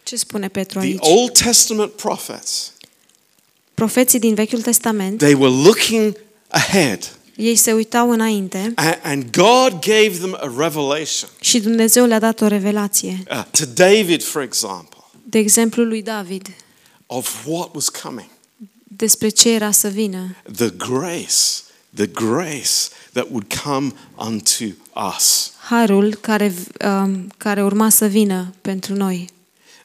Speaker 2: Ce spune Petru
Speaker 1: The
Speaker 2: aici?
Speaker 1: Old Testament prophets,
Speaker 2: Profeții din Vechiul Testament,
Speaker 1: they were looking ahead.
Speaker 2: ei se uitau înainte
Speaker 1: A- And God gave them a revelation.
Speaker 2: și Dumnezeu le-a dat o revelație.
Speaker 1: Uh, to David, for example,
Speaker 2: de exemplu lui David,
Speaker 1: of what was coming.
Speaker 2: despre ce era să vină,
Speaker 1: The grace, the grace that would come unto us.
Speaker 2: harul care, um, care urma să vină pentru noi.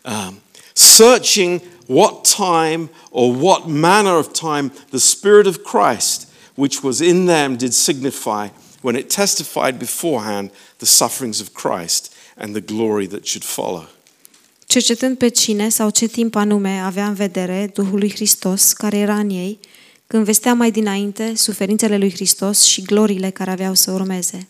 Speaker 1: Um, searching what time or what manner of time the Spirit of Christ, which was in them, did signify when it testified beforehand the sufferings of Christ and the glory that should follow.
Speaker 2: Cercetând pe cine sau ce timp anume avea în vedere Duhul lui Hristos care era în ei, când vestea mai dinainte suferințele lui Hristos și glorile care aveau să urmeze.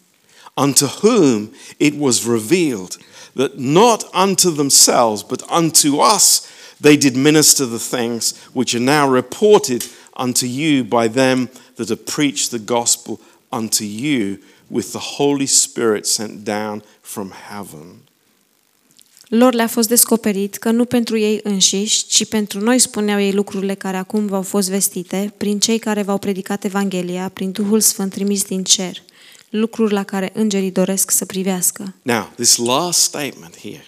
Speaker 1: unto whom it was revealed that not unto themselves, but unto us they did minister the things which are now reported unto you by them that have preached the gospel unto you with the Holy Spirit sent down from heaven.
Speaker 2: Lor le-a fost descoperit că nu pentru ei înșiși, ci pentru noi spuneau ei lucrurile care acum v-au fost vestite, prin cei care v-au predicat Evanghelia, prin Duhul Sfânt trimis din cer, lucruri la care îngerii doresc să privească.
Speaker 1: Now, this last statement here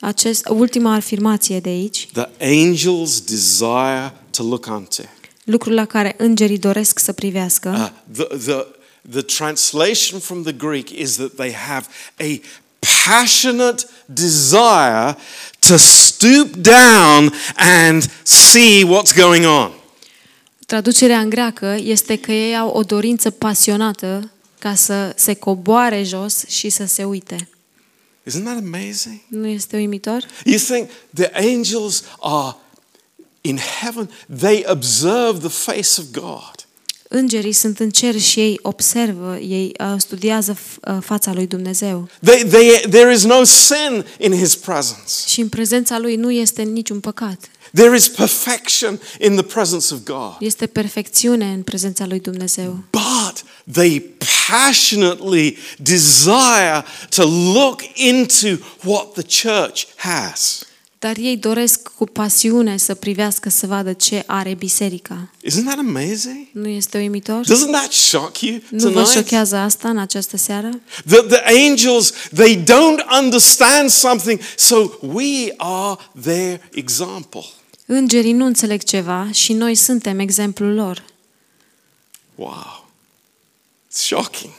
Speaker 2: Acest, ultima afirmație de aici,
Speaker 1: the angels desire to look unto. Ah.
Speaker 2: lucrul la care îngerii doresc să privească,
Speaker 1: Uh, the, the, The translation from the Greek is that they have a passionate desire to stoop down and see what's going on.
Speaker 2: Traducerea în greacă este că ei au o dorință pasionată ca să se coboare jos și să se uite.
Speaker 1: Isn't that amazing?
Speaker 2: Nu este uimitor?
Speaker 1: You think the angels are in heaven, they observe the face of God.
Speaker 2: Îngerii sunt în cer și ei observă, ei uh, studiază f- uh, fața lui Dumnezeu.
Speaker 1: They, they, there is no sin in his presence.
Speaker 2: Și în prezența lui nu este niciun păcat.
Speaker 1: There is perfection in the presence of God.
Speaker 2: Este perfecțiune în prezența lui Dumnezeu.
Speaker 1: But they passionately desire to look into what the church has.
Speaker 2: Dar ei doresc cu pasiune să privească să vadă ce are biserica.
Speaker 1: Isn't that amazing?
Speaker 2: Nu este uimitor?
Speaker 1: Doesn't that shock you
Speaker 2: Nu vă
Speaker 1: tonight?
Speaker 2: șochează asta în această seară?
Speaker 1: That the angels, they don't understand something, so we are their example.
Speaker 2: Îngerii nu înțeleg ceva și noi suntem exemplul lor.
Speaker 1: Wow. It's shocking,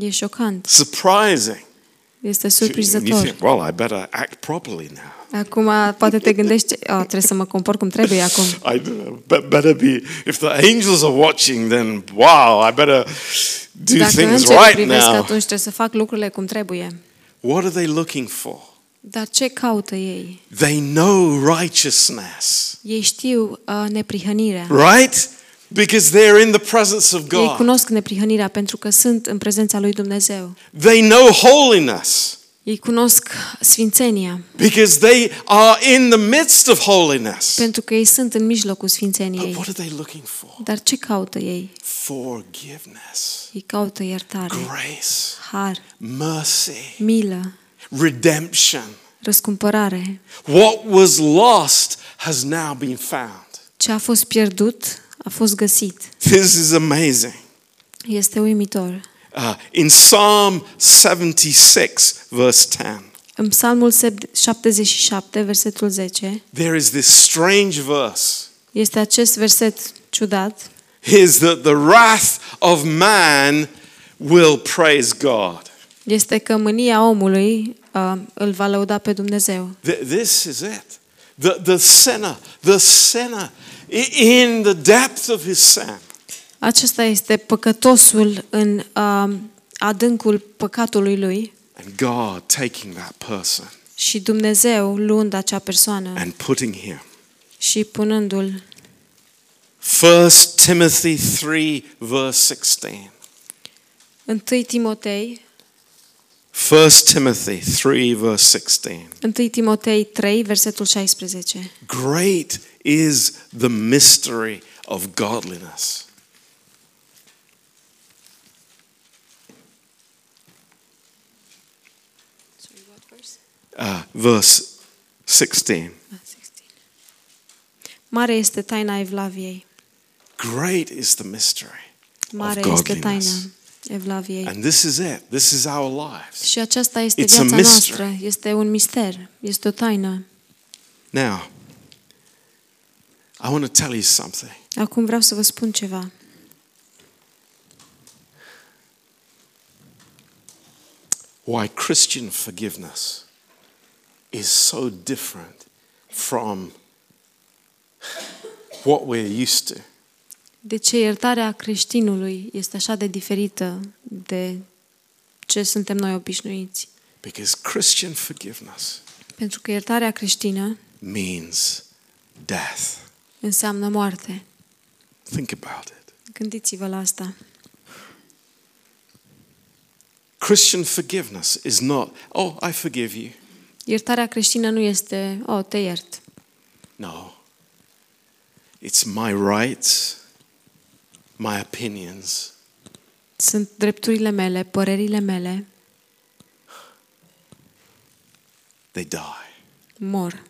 Speaker 2: E șocant,
Speaker 1: surprising.
Speaker 2: este
Speaker 1: You
Speaker 2: surprinzător.
Speaker 1: think, well, I better act properly now.
Speaker 2: Acum poate te gândești, "A, trebuie să mă comport cum trebuie acum.
Speaker 1: I don't know, but better be, if the angels are watching, then wow, I better do
Speaker 2: Dacă
Speaker 1: things
Speaker 2: îngerii
Speaker 1: right
Speaker 2: privesc,
Speaker 1: now.
Speaker 2: atunci trebuie să fac lucrurile cum trebuie.
Speaker 1: What are they looking for?
Speaker 2: Dar ce caută ei?
Speaker 1: They know righteousness,
Speaker 2: Ei știu uh, neprihănirea.
Speaker 1: right? Because they're in the presence of
Speaker 2: Ei
Speaker 1: God.
Speaker 2: cunosc neprihănirea pentru că sunt în prezența lui Dumnezeu.
Speaker 1: They know holiness.
Speaker 2: Ei cunosc sfințenia
Speaker 1: Because they are in the midst of holiness.
Speaker 2: pentru că ei sunt în mijlocul
Speaker 1: But
Speaker 2: sfințeniei.
Speaker 1: what are they looking for?
Speaker 2: Dar ce caută ei?
Speaker 1: Forgiveness,
Speaker 2: Ei caută iertare,
Speaker 1: grace,
Speaker 2: har,
Speaker 1: mercy,
Speaker 2: milă,
Speaker 1: redemption.
Speaker 2: răscumpărare.
Speaker 1: What was lost has now been found.
Speaker 2: Ce a fost pierdut a fost găsit.
Speaker 1: This is amazing.
Speaker 2: Este uimitor.
Speaker 1: Uh, in Psalm 76, verse 10,
Speaker 2: În Psalmul 77, versetul 10,
Speaker 1: there is this strange verse.
Speaker 2: este acest verset ciudat.
Speaker 1: Is that the wrath of man will praise God?
Speaker 2: Este că mânia omului uh, îl va lăuda pe Dumnezeu.
Speaker 1: Th- This is it. The, the sinner, the sinner, i- in the depth of his sin,
Speaker 2: Acesta este păcătosul în uh, adâncul păcatului lui
Speaker 1: and God taking that person
Speaker 2: și Dumnezeu luând acea persoană
Speaker 1: and putting him.
Speaker 2: și punându-l.
Speaker 1: 1 Timothy 3, verse 16.
Speaker 2: 1 Timotei,
Speaker 1: 1 Timothy 3, verse 16.
Speaker 2: 1 Timotei 3, versetul 16.
Speaker 1: Great is the mystery of godliness. Uh, verse 16.
Speaker 2: Mare este taina Evlaviei.
Speaker 1: Great is the mystery.
Speaker 2: Mare
Speaker 1: Of
Speaker 2: este taina
Speaker 1: godliness.
Speaker 2: Evlaviei.
Speaker 1: And this is it. This is our lives.
Speaker 2: Și aceasta este
Speaker 1: It's a
Speaker 2: viața
Speaker 1: mystery.
Speaker 2: noastră. Este un mister. Este o taină.
Speaker 1: Now, I want to tell you something.
Speaker 2: Acum vreau să vă spun ceva.
Speaker 1: Why Christian forgiveness is so different from what we're used to.
Speaker 2: De ce iertarea creștinului este așa de diferită de ce suntem noi obișnuiți?
Speaker 1: Because Christian forgiveness
Speaker 2: Pentru că iertarea creștină
Speaker 1: means death.
Speaker 2: înseamnă moarte.
Speaker 1: Think about it.
Speaker 2: Gândiți-vă la asta.
Speaker 1: Christian forgiveness is not, oh, I forgive you.
Speaker 2: Iertarea creștină nu este, oh, te iert.
Speaker 1: No. It's my rights, my opinions.
Speaker 2: Sunt drepturile mele, părerile mele,
Speaker 1: They die.
Speaker 2: mor.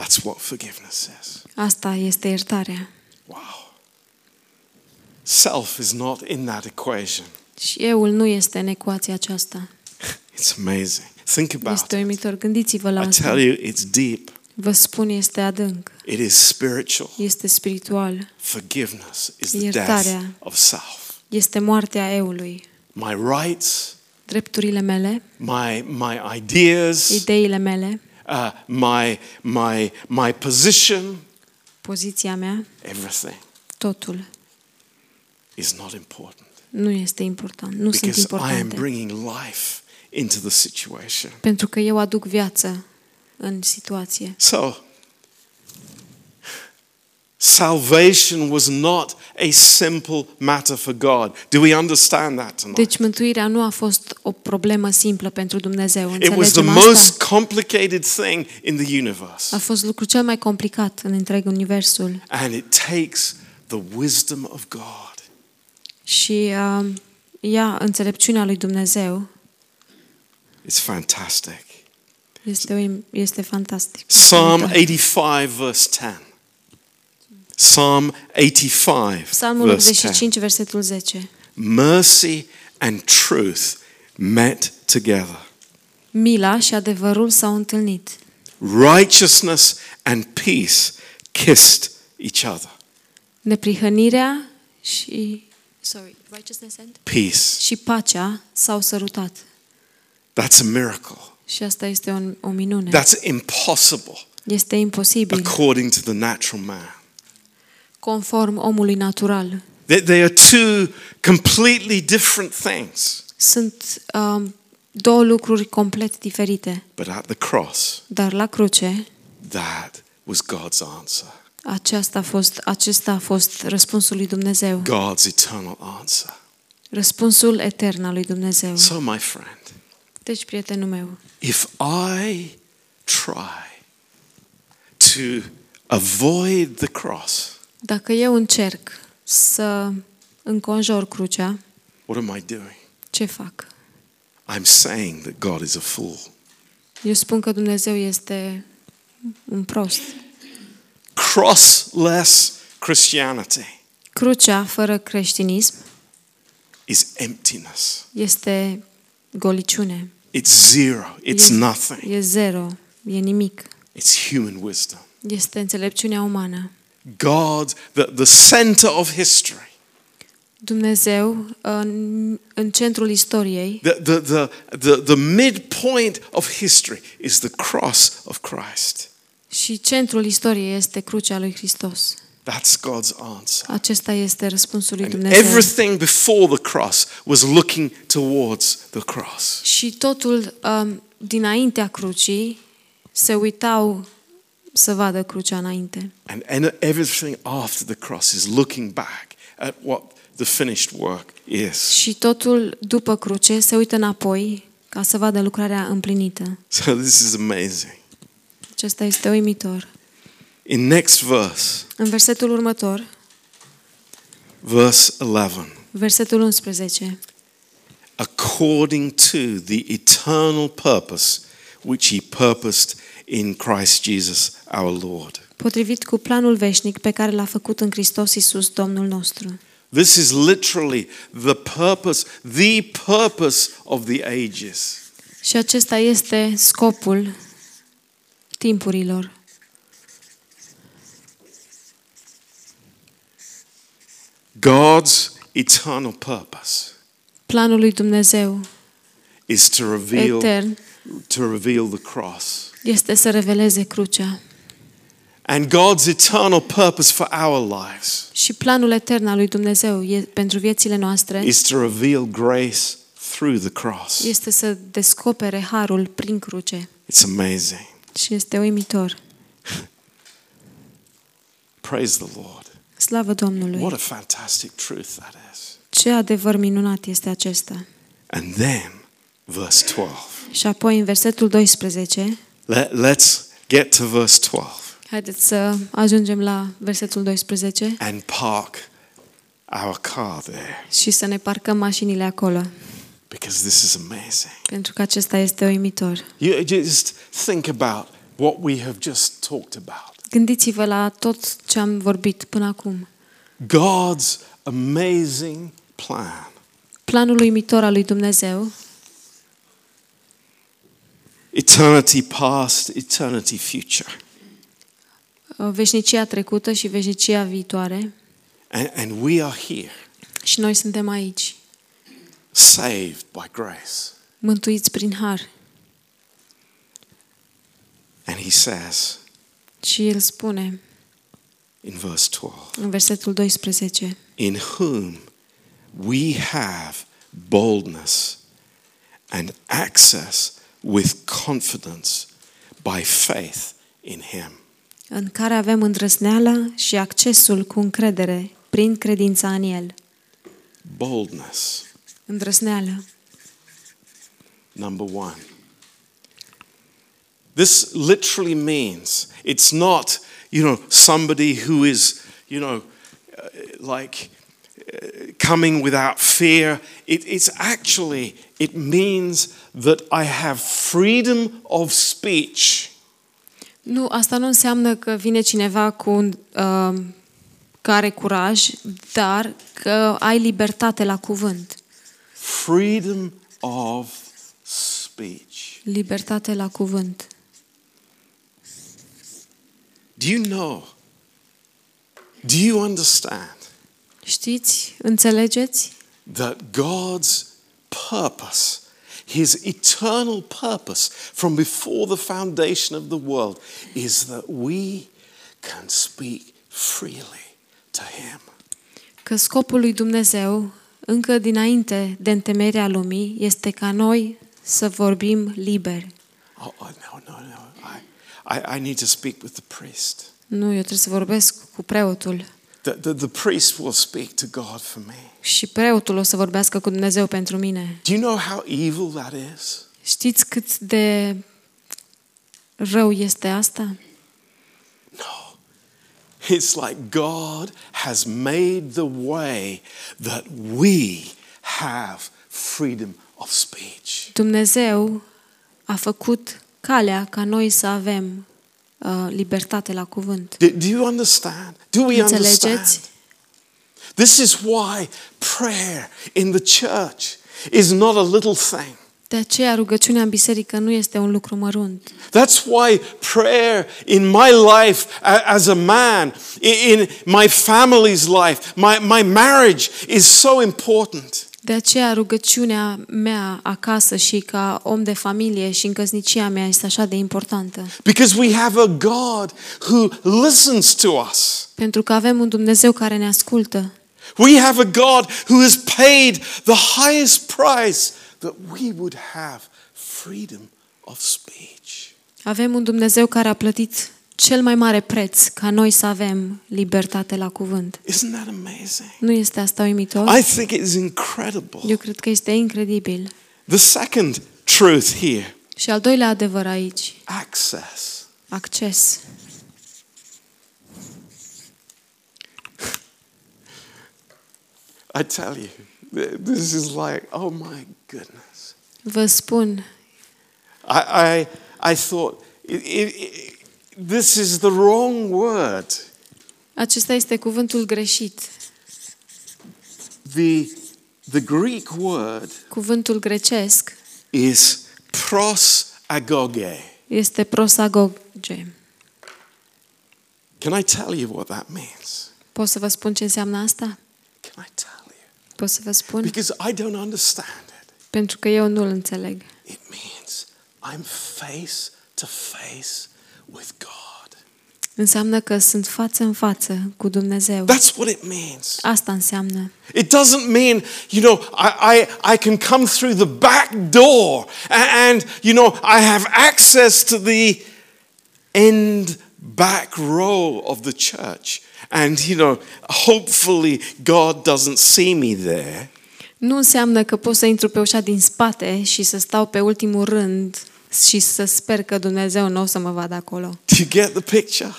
Speaker 1: That's what forgiveness is.
Speaker 2: Asta este iertarea.
Speaker 1: Wow. Self is not in that equation.
Speaker 2: Și euul nu este în ecuația aceasta.
Speaker 1: It's amazing. Think about
Speaker 2: Este
Speaker 1: it.
Speaker 2: uimitor. Gândiți-vă la
Speaker 1: I tell
Speaker 2: asta.
Speaker 1: you, it's deep.
Speaker 2: Vă spun, este adânc.
Speaker 1: It is spiritual.
Speaker 2: Este spiritual.
Speaker 1: Forgiveness is the
Speaker 2: Iertarea.
Speaker 1: death of self.
Speaker 2: este moartea eului.
Speaker 1: my rights,
Speaker 2: Drepturile mele,
Speaker 1: my, my ideas,
Speaker 2: ideile mele,
Speaker 1: uh, my, my, my position,
Speaker 2: poziția mea,
Speaker 1: everything
Speaker 2: totul
Speaker 1: is not important
Speaker 2: nu este important. Nu sunt
Speaker 1: because I am
Speaker 2: importante.
Speaker 1: bringing life into the situation.
Speaker 2: Pentru că eu aduc viață în situație.
Speaker 1: So, salvation was not a simple matter for God. Do we understand that tonight?
Speaker 2: Deci mântuirea nu a fost o problemă simplă pentru Dumnezeu.
Speaker 1: it was the
Speaker 2: Înțelegem
Speaker 1: most
Speaker 2: asta?
Speaker 1: complicated thing in the
Speaker 2: A
Speaker 1: universe.
Speaker 2: fost lucru cel mai complicat în întreg universul
Speaker 1: And it takes the wisdom of God
Speaker 2: și uh, ea, înțelepciunea lui Dumnezeu,
Speaker 1: It's fantastic.
Speaker 2: este, o- este fantastic.
Speaker 1: Psalm
Speaker 2: Adică
Speaker 1: 85, verse 10. Psalm 85,
Speaker 2: Psalmul
Speaker 1: verse 10.
Speaker 2: 85, versetul 10.
Speaker 1: Mercy and truth met together.
Speaker 2: Mila și adevărul s-au întâlnit.
Speaker 1: Righteousness and peace kissed each other.
Speaker 2: Neprihănirea și sorry, righteousness and?
Speaker 1: Peace.
Speaker 2: și pacea s-au sărutat.
Speaker 1: That's a miracle.
Speaker 2: Și asta este o, o minune.
Speaker 1: That's impossible
Speaker 2: Este imposibil,
Speaker 1: according to the natural man.
Speaker 2: conform omului natural.
Speaker 1: They- They are two completely different things.
Speaker 2: Sunt um, două lucruri complet diferite,
Speaker 1: But at the cross,
Speaker 2: dar la cruce
Speaker 1: that was God's answer.
Speaker 2: aceasta a fost, acesta a fost răspunsul lui Dumnezeu,
Speaker 1: God's eternal answer.
Speaker 2: răspunsul etern al lui Dumnezeu.
Speaker 1: So, my friend,
Speaker 2: Deci, prietenul meu,
Speaker 1: if I try to avoid the cross,
Speaker 2: dacă eu încerc să înconjor crucea,
Speaker 1: what am I doing?
Speaker 2: ce fac?
Speaker 1: I'm saying that God is a fool.
Speaker 2: Eu spun că Dumnezeu este un prost.
Speaker 1: Crossless Christianity
Speaker 2: Crucea fără creștinism
Speaker 1: is emptiness,
Speaker 2: este goliciune,
Speaker 1: it's zero, it's
Speaker 2: Yes.
Speaker 1: nothing,
Speaker 2: e zero, e nimic.
Speaker 1: it's human wisdom.
Speaker 2: Este înțelepciunea umană.
Speaker 1: God, the, the center of history,
Speaker 2: Dumnezeu în, în centrul istoriei,
Speaker 1: the, the, the, the, the midpoint of history is the cross of Christ.
Speaker 2: Și centrul istoriei este crucea lui Hristos.
Speaker 1: That's God's answer.
Speaker 2: Acesta este răspunsul lui
Speaker 1: And
Speaker 2: Dumnezeu.
Speaker 1: everything before the cross was looking towards the cross.
Speaker 2: Și totul um, dinaintea crucii se uitau să vadă crucea înainte.
Speaker 1: And en- everything after the cross is looking back at what the finished work is.
Speaker 2: Și totul după cruce se uită înapoi ca să vadă lucrarea împlinită.
Speaker 1: So this is amazing.
Speaker 2: Acesta este uimitor.
Speaker 1: In next verse,
Speaker 2: În versetul următor,
Speaker 1: verse 11,
Speaker 2: versetul 11,
Speaker 1: according to the eternal purpose which he purposed in Christ Jesus our Lord.
Speaker 2: potrivit cu planul veșnic pe care l-a făcut în Hristos Iisus, Domnul nostru.
Speaker 1: This is literally the purpose, the purpose of the ages.
Speaker 2: Și acesta este scopul timpurilor.
Speaker 1: God's eternal purpose
Speaker 2: Planul lui Dumnezeu
Speaker 1: is to reveal
Speaker 2: etern
Speaker 1: to reveal the cross.
Speaker 2: este să reveleze crucea.
Speaker 1: And God's eternal purpose for our lives
Speaker 2: Și planul etern al lui Dumnezeu e, pentru viețile noastre
Speaker 1: is to reveal grace through the cross.
Speaker 2: este să descopere harul prin cruce.
Speaker 1: It's amazing.
Speaker 2: Și este uimitor.
Speaker 1: Praise the Lord.
Speaker 2: Slavă
Speaker 1: What
Speaker 2: Domnului!
Speaker 1: a fantastic truth that is.
Speaker 2: Ce adevăr minunat este acesta!
Speaker 1: And then, verse 12.
Speaker 2: Și apoi în versetul 12,
Speaker 1: Let, let's get to verse 12
Speaker 2: haideți să ajungem la versetul 12
Speaker 1: and park our car there
Speaker 2: și să ne parcăm mașinile acolo,
Speaker 1: because this is amazing.
Speaker 2: pentru că acesta este uimitor.
Speaker 1: You just think about what we have just talked about.
Speaker 2: Gândiți-vă la tot ce am vorbit până acum.
Speaker 1: God's amazing plan
Speaker 2: Planul uimitor al lui Dumnezeu,
Speaker 1: eternity past, eternity future.
Speaker 2: veșnicia trecută și veșnicia viitoare
Speaker 1: And, and we are here
Speaker 2: Și noi suntem aici,
Speaker 1: saved by grace.
Speaker 2: mântuiți prin har.
Speaker 1: And he says
Speaker 2: Și el spune
Speaker 1: in verse 12,
Speaker 2: în versetul 12,
Speaker 1: in whom we have boldness and access with confidence by faith in him.
Speaker 2: în care avem îndrăzneala și accesul cu încredere prin credința în el.
Speaker 1: Boldness,
Speaker 2: Îndrăzneală.
Speaker 1: number one. This literally means it's not, you know, somebody who is, you know, uh, like uh, coming without fear. It, it's actually, it means that I have freedom of speech.
Speaker 2: Nu, asta nu înseamnă că vine cineva cu un, uh, care curaj, dar că ai libertate la cuvânt.
Speaker 1: freedom of speech.
Speaker 2: Libertate la cuvânt.
Speaker 1: Do you know? Do you understand
Speaker 2: Știți? Înțelegeți?
Speaker 1: that God's purpose, His eternal purpose from before the foundation of the world, is that we can speak freely to Him?
Speaker 2: Că scopul lui Dumnezeu, încă dinainte de întemeierea lumii, este ca noi să vorbim liber.
Speaker 1: Oh, oh, no, no, no. I, I, I need to speak with the priest.
Speaker 2: Nu, eu trebuie să vorbesc cu preotul
Speaker 1: The, the, the priest will speak to God for me.
Speaker 2: și preotul o să vorbească cu Dumnezeu pentru mine.
Speaker 1: Do you know how evil that is?
Speaker 2: Știți cât de rău este asta?
Speaker 1: No. It's like God has made the way that we have freedom of speech.
Speaker 2: Dumnezeu a făcut calea ca noi să avem uh, libertate la cuvânt.
Speaker 1: Do, do you understand? Do we
Speaker 2: Înțelegeți?
Speaker 1: understand? This is why prayer in the church is not a little thing.
Speaker 2: De aceea rugăciunea în biserică nu este un lucru mărunt.
Speaker 1: That's why prayer in my life a- as a man, i- in my family's life, my, my marriage is so important.
Speaker 2: De aceea rugăciunea mea acasă și ca om de familie și în căsnicia mea este așa de importantă.
Speaker 1: Because we have a God who listens to us.
Speaker 2: Pentru că avem un Dumnezeu care ne ascultă.
Speaker 1: We have a God who has paid the highest price that we would have freedom of speech.
Speaker 2: Avem un Dumnezeu care a plătit cel mai mare preț ca noi să avem libertate la cuvânt.
Speaker 1: Isn't that amazing?
Speaker 2: Nu este asta uimitor?
Speaker 1: I think it's incredible.
Speaker 2: Eu cred că este incredibil.
Speaker 1: The second truth here
Speaker 2: Și al doilea adevăr aici,
Speaker 1: access.
Speaker 2: acces.
Speaker 1: I tell you, th- this is like, oh my goodness.
Speaker 2: Vă spun,
Speaker 1: I, I, I thought, i i i this is the wrong word.
Speaker 2: acesta este cuvântul greșit.
Speaker 1: The, the Greek word
Speaker 2: Cuvântul grecesc
Speaker 1: is prosagoge.
Speaker 2: este prosagoge.
Speaker 1: Can I tell you what that means?
Speaker 2: Pot să vă spun ce înseamnă asta?
Speaker 1: Can I tell you?
Speaker 2: Pot să vă spun?
Speaker 1: Because I don't understand it.
Speaker 2: Pentru că eu nu-l înțeleg.
Speaker 1: It means I'm face to face with God.
Speaker 2: Înseamnă că sunt față în față cu Dumnezeu.
Speaker 1: That's what it means.
Speaker 2: Asta înseamnă.
Speaker 1: It doesn't mean, you know, I, I, I can come through the back door a- and, you know, I have access to the end back row of the church. And, you know, hopefully God doesn't see me there.
Speaker 2: Nu înseamnă că pot să intru pe ușa din spate și să stau pe ultimul rând și să sper că Dumnezeu nu o să mă vadă acolo.
Speaker 1: Do you get the picture?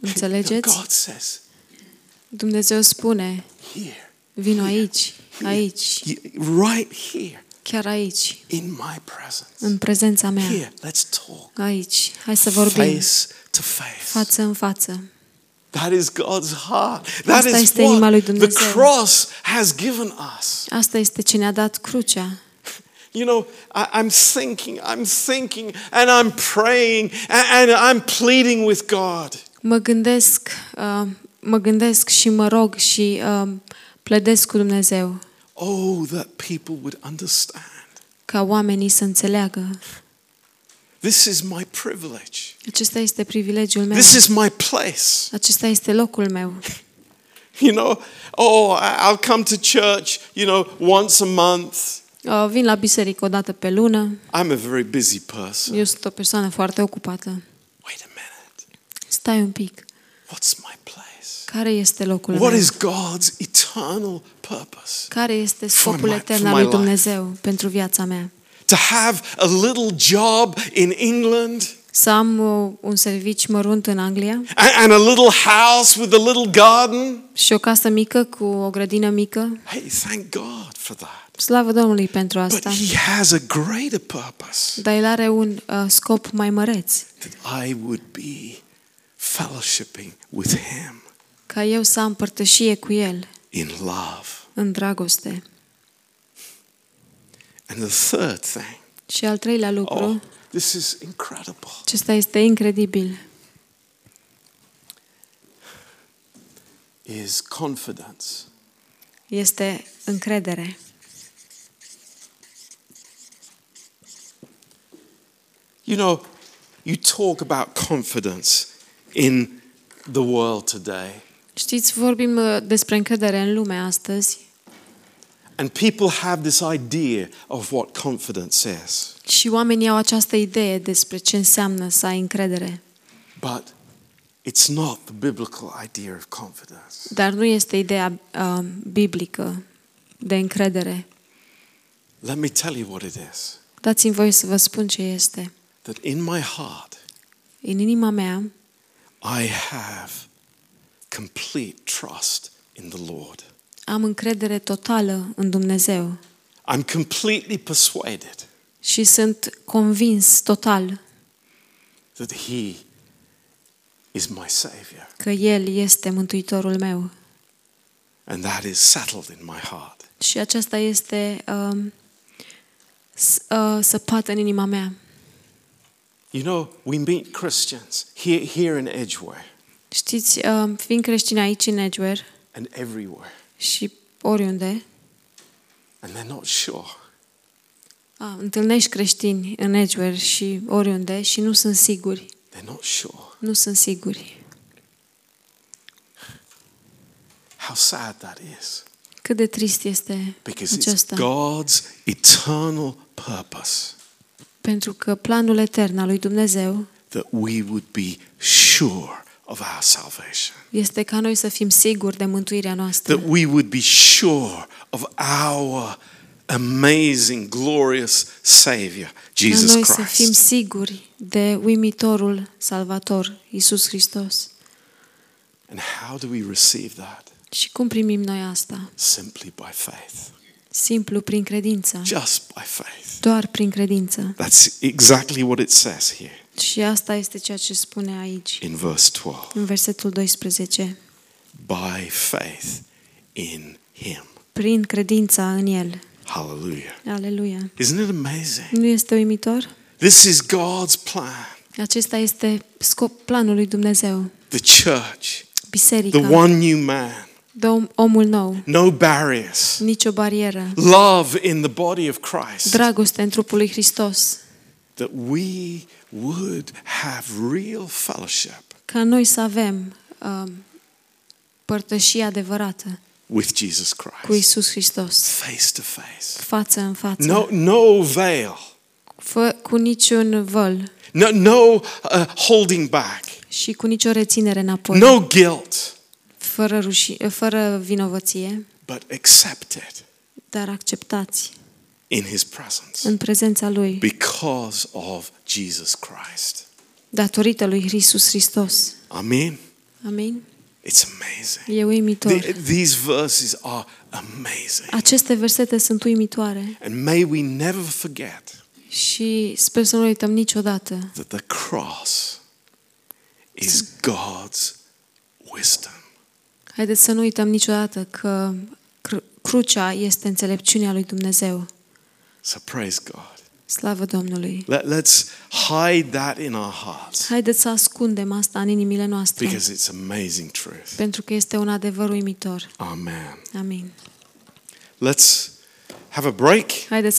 Speaker 2: Înțelegeți?
Speaker 1: God says,
Speaker 2: Dumnezeu spune,
Speaker 1: here,
Speaker 2: vino aici, aici,
Speaker 1: y- right here,
Speaker 2: chiar aici,
Speaker 1: in my presence.
Speaker 2: în prezența mea,
Speaker 1: Here, let's talk.
Speaker 2: aici. Hai să vorbim
Speaker 1: Face to face.
Speaker 2: față în față.
Speaker 1: That is God's heart. That
Speaker 2: Asta
Speaker 1: is
Speaker 2: este inima
Speaker 1: what
Speaker 2: lui
Speaker 1: the
Speaker 2: Dumnezeu.
Speaker 1: cross has given us.
Speaker 2: Asta este ce ne-a dat crucea.
Speaker 1: You know, I, I'm thinking, I'm thinking, and I'm praying, and, and I'm pleading with God.
Speaker 2: Mă gândesc, uh, mă gândesc și mă rog și uh, Plădesc cu Dumnezeu
Speaker 1: Oh, that people would understand.
Speaker 2: ca oamenii să înțeleagă.
Speaker 1: This is my privilege.
Speaker 2: Acesta este privilegiul meu.
Speaker 1: This is my place.
Speaker 2: Acesta este locul meu.
Speaker 1: You know, oh, I- I'll come to church, you know, once a month.
Speaker 2: Uh, Vin la biserică o dată pe lună.
Speaker 1: I'm a very busy person.
Speaker 2: Eu sunt o persoană foarte ocupată.
Speaker 1: Wait a minute.
Speaker 2: Stai un pic.
Speaker 1: What's my place?
Speaker 2: Care este locul
Speaker 1: What
Speaker 2: meu?
Speaker 1: is God's eternal purpose?
Speaker 2: Care este
Speaker 1: For
Speaker 2: scopul
Speaker 1: my-
Speaker 2: etern
Speaker 1: for
Speaker 2: al
Speaker 1: my
Speaker 2: lui
Speaker 1: life.
Speaker 2: Dumnezeu pentru viața mea?
Speaker 1: To have a little job in England
Speaker 2: Să am uh, un serviciu mărunt în Anglia
Speaker 1: a- and a little house with a little garden?
Speaker 2: și o casă mică cu o grădină mică?
Speaker 1: Hey, thank God for that.
Speaker 2: Slavă Domnului pentru
Speaker 1: But
Speaker 2: asta.
Speaker 1: He has a greater purpose
Speaker 2: Dar el are un uh, scop mai măreț.
Speaker 1: that I would be fellowshipping with Him
Speaker 2: Ca eu să am părtășie cu el
Speaker 1: in love.
Speaker 2: în dragoste.
Speaker 1: And the third thing,
Speaker 2: Și al treilea lucru,
Speaker 1: oh, this is incredible.
Speaker 2: acesta este incredibil,
Speaker 1: is confidence.
Speaker 2: este încredere.
Speaker 1: You know, you talk about confidence in the world today,
Speaker 2: Știți, vorbim uh, despre încredere în lume astăzi
Speaker 1: and people have this idea of what confidence is.
Speaker 2: și oamenii au această idee despre ce înseamnă să ai încredere.
Speaker 1: But it's not the biblical idea of confidence.
Speaker 2: Dar nu este ideea uh, biblică de încredere.
Speaker 1: Let me tell you what it is
Speaker 2: Dați-mi voie să vă spun ce este.
Speaker 1: that in my heart,
Speaker 2: În inima mea
Speaker 1: I have complete trust in the Lord.
Speaker 2: am încredere totală în Dumnezeu
Speaker 1: I'm completely persuaded
Speaker 2: și sunt convins total
Speaker 1: that He is my Savior,
Speaker 2: că El este Mântuitorul meu.
Speaker 1: and that is settled in my heart.
Speaker 2: Și aceasta este um, s- uh, săpată în inima mea.
Speaker 1: You know, we meet Christians here, here in Edgeware
Speaker 2: Știți, um, fiind creștini aici în Edgeware
Speaker 1: and everywhere,
Speaker 2: și oriunde,
Speaker 1: and they're not sure.
Speaker 2: a, întâlnești creștini în Edgeware și oriunde și nu sunt siguri.
Speaker 1: They're not sure.
Speaker 2: Nu sunt siguri.
Speaker 1: How sad that is.
Speaker 2: Cât de trist este
Speaker 1: Because it's
Speaker 2: aceasta.
Speaker 1: God's eternal purpose
Speaker 2: Pentru că planul etern al lui Dumnezeu
Speaker 1: that we would be sure of our salvation,
Speaker 2: este ca noi să fim siguri de mântuirea noastră.
Speaker 1: that we would be sure of our amazing, glorious Savior,
Speaker 2: Ca
Speaker 1: Jesus
Speaker 2: noi să fim
Speaker 1: Christ.
Speaker 2: siguri de uimitorul Salvator, Isus Hristos.
Speaker 1: And how do we receive that?
Speaker 2: Și cum primim noi asta?
Speaker 1: Simply by faith.
Speaker 2: Simplu, prin credință.
Speaker 1: Just by faith.
Speaker 2: Doar prin credință.
Speaker 1: That's exactly what it says here
Speaker 2: Și asta este ceea ce spune aici,
Speaker 1: in verse 12.
Speaker 2: în versetul 12.
Speaker 1: By faith in him.
Speaker 2: Prin credința în El.
Speaker 1: Hallelujah.
Speaker 2: Aleluia.
Speaker 1: Isn't it amazing?
Speaker 2: Nu este uimitor?
Speaker 1: This is God's plan.
Speaker 2: Acesta este scop planul lui Dumnezeu.
Speaker 1: The church, the
Speaker 2: Biserica,
Speaker 1: one new man,
Speaker 2: dom- omul nou,
Speaker 1: no barriers,
Speaker 2: nicio barieră,
Speaker 1: love in the body of Christ,
Speaker 2: dragoste în trupul lui Hristos,
Speaker 1: that we would have real fellowship
Speaker 2: ca noi să avem um, părtășie adevărată
Speaker 1: with Jesus
Speaker 2: cu
Speaker 1: Christ
Speaker 2: Isus Hristos,
Speaker 1: face to face.
Speaker 2: față în față,
Speaker 1: No, no veil,
Speaker 2: fă cu niciun văl
Speaker 1: no, no uh, holding back,
Speaker 2: și cu nicio reținere înapoi,
Speaker 1: no guilt.
Speaker 2: fără, ruși- fără vinovăție,
Speaker 1: but accepted
Speaker 2: dar acceptați
Speaker 1: in his presence
Speaker 2: în prezența Lui,
Speaker 1: because of Jesus Christ.
Speaker 2: datorită Lui Isus Hristos.
Speaker 1: Amen.
Speaker 2: Amin?
Speaker 1: It's amazing.
Speaker 2: E
Speaker 1: The-
Speaker 2: uimitor.
Speaker 1: these verses are amazing.
Speaker 2: Aceste versete sunt uimitoare
Speaker 1: And may we never forget
Speaker 2: și sper să nu le uităm niciodată
Speaker 1: that the cross is God's wisdom.
Speaker 2: Haideți să nu uităm niciodată că cr- crucea este înțelepciunea lui Dumnezeu.
Speaker 1: So praise God.
Speaker 2: Slavă Domnului!
Speaker 1: Let, let's hide that in our hearts
Speaker 2: Haideți să ascundem asta în inimile noastre,
Speaker 1: because it's amazing truth.
Speaker 2: pentru că este un adevăr uimitor.
Speaker 1: Amen.
Speaker 2: Amin.
Speaker 1: Let's have a break.
Speaker 2: Haideți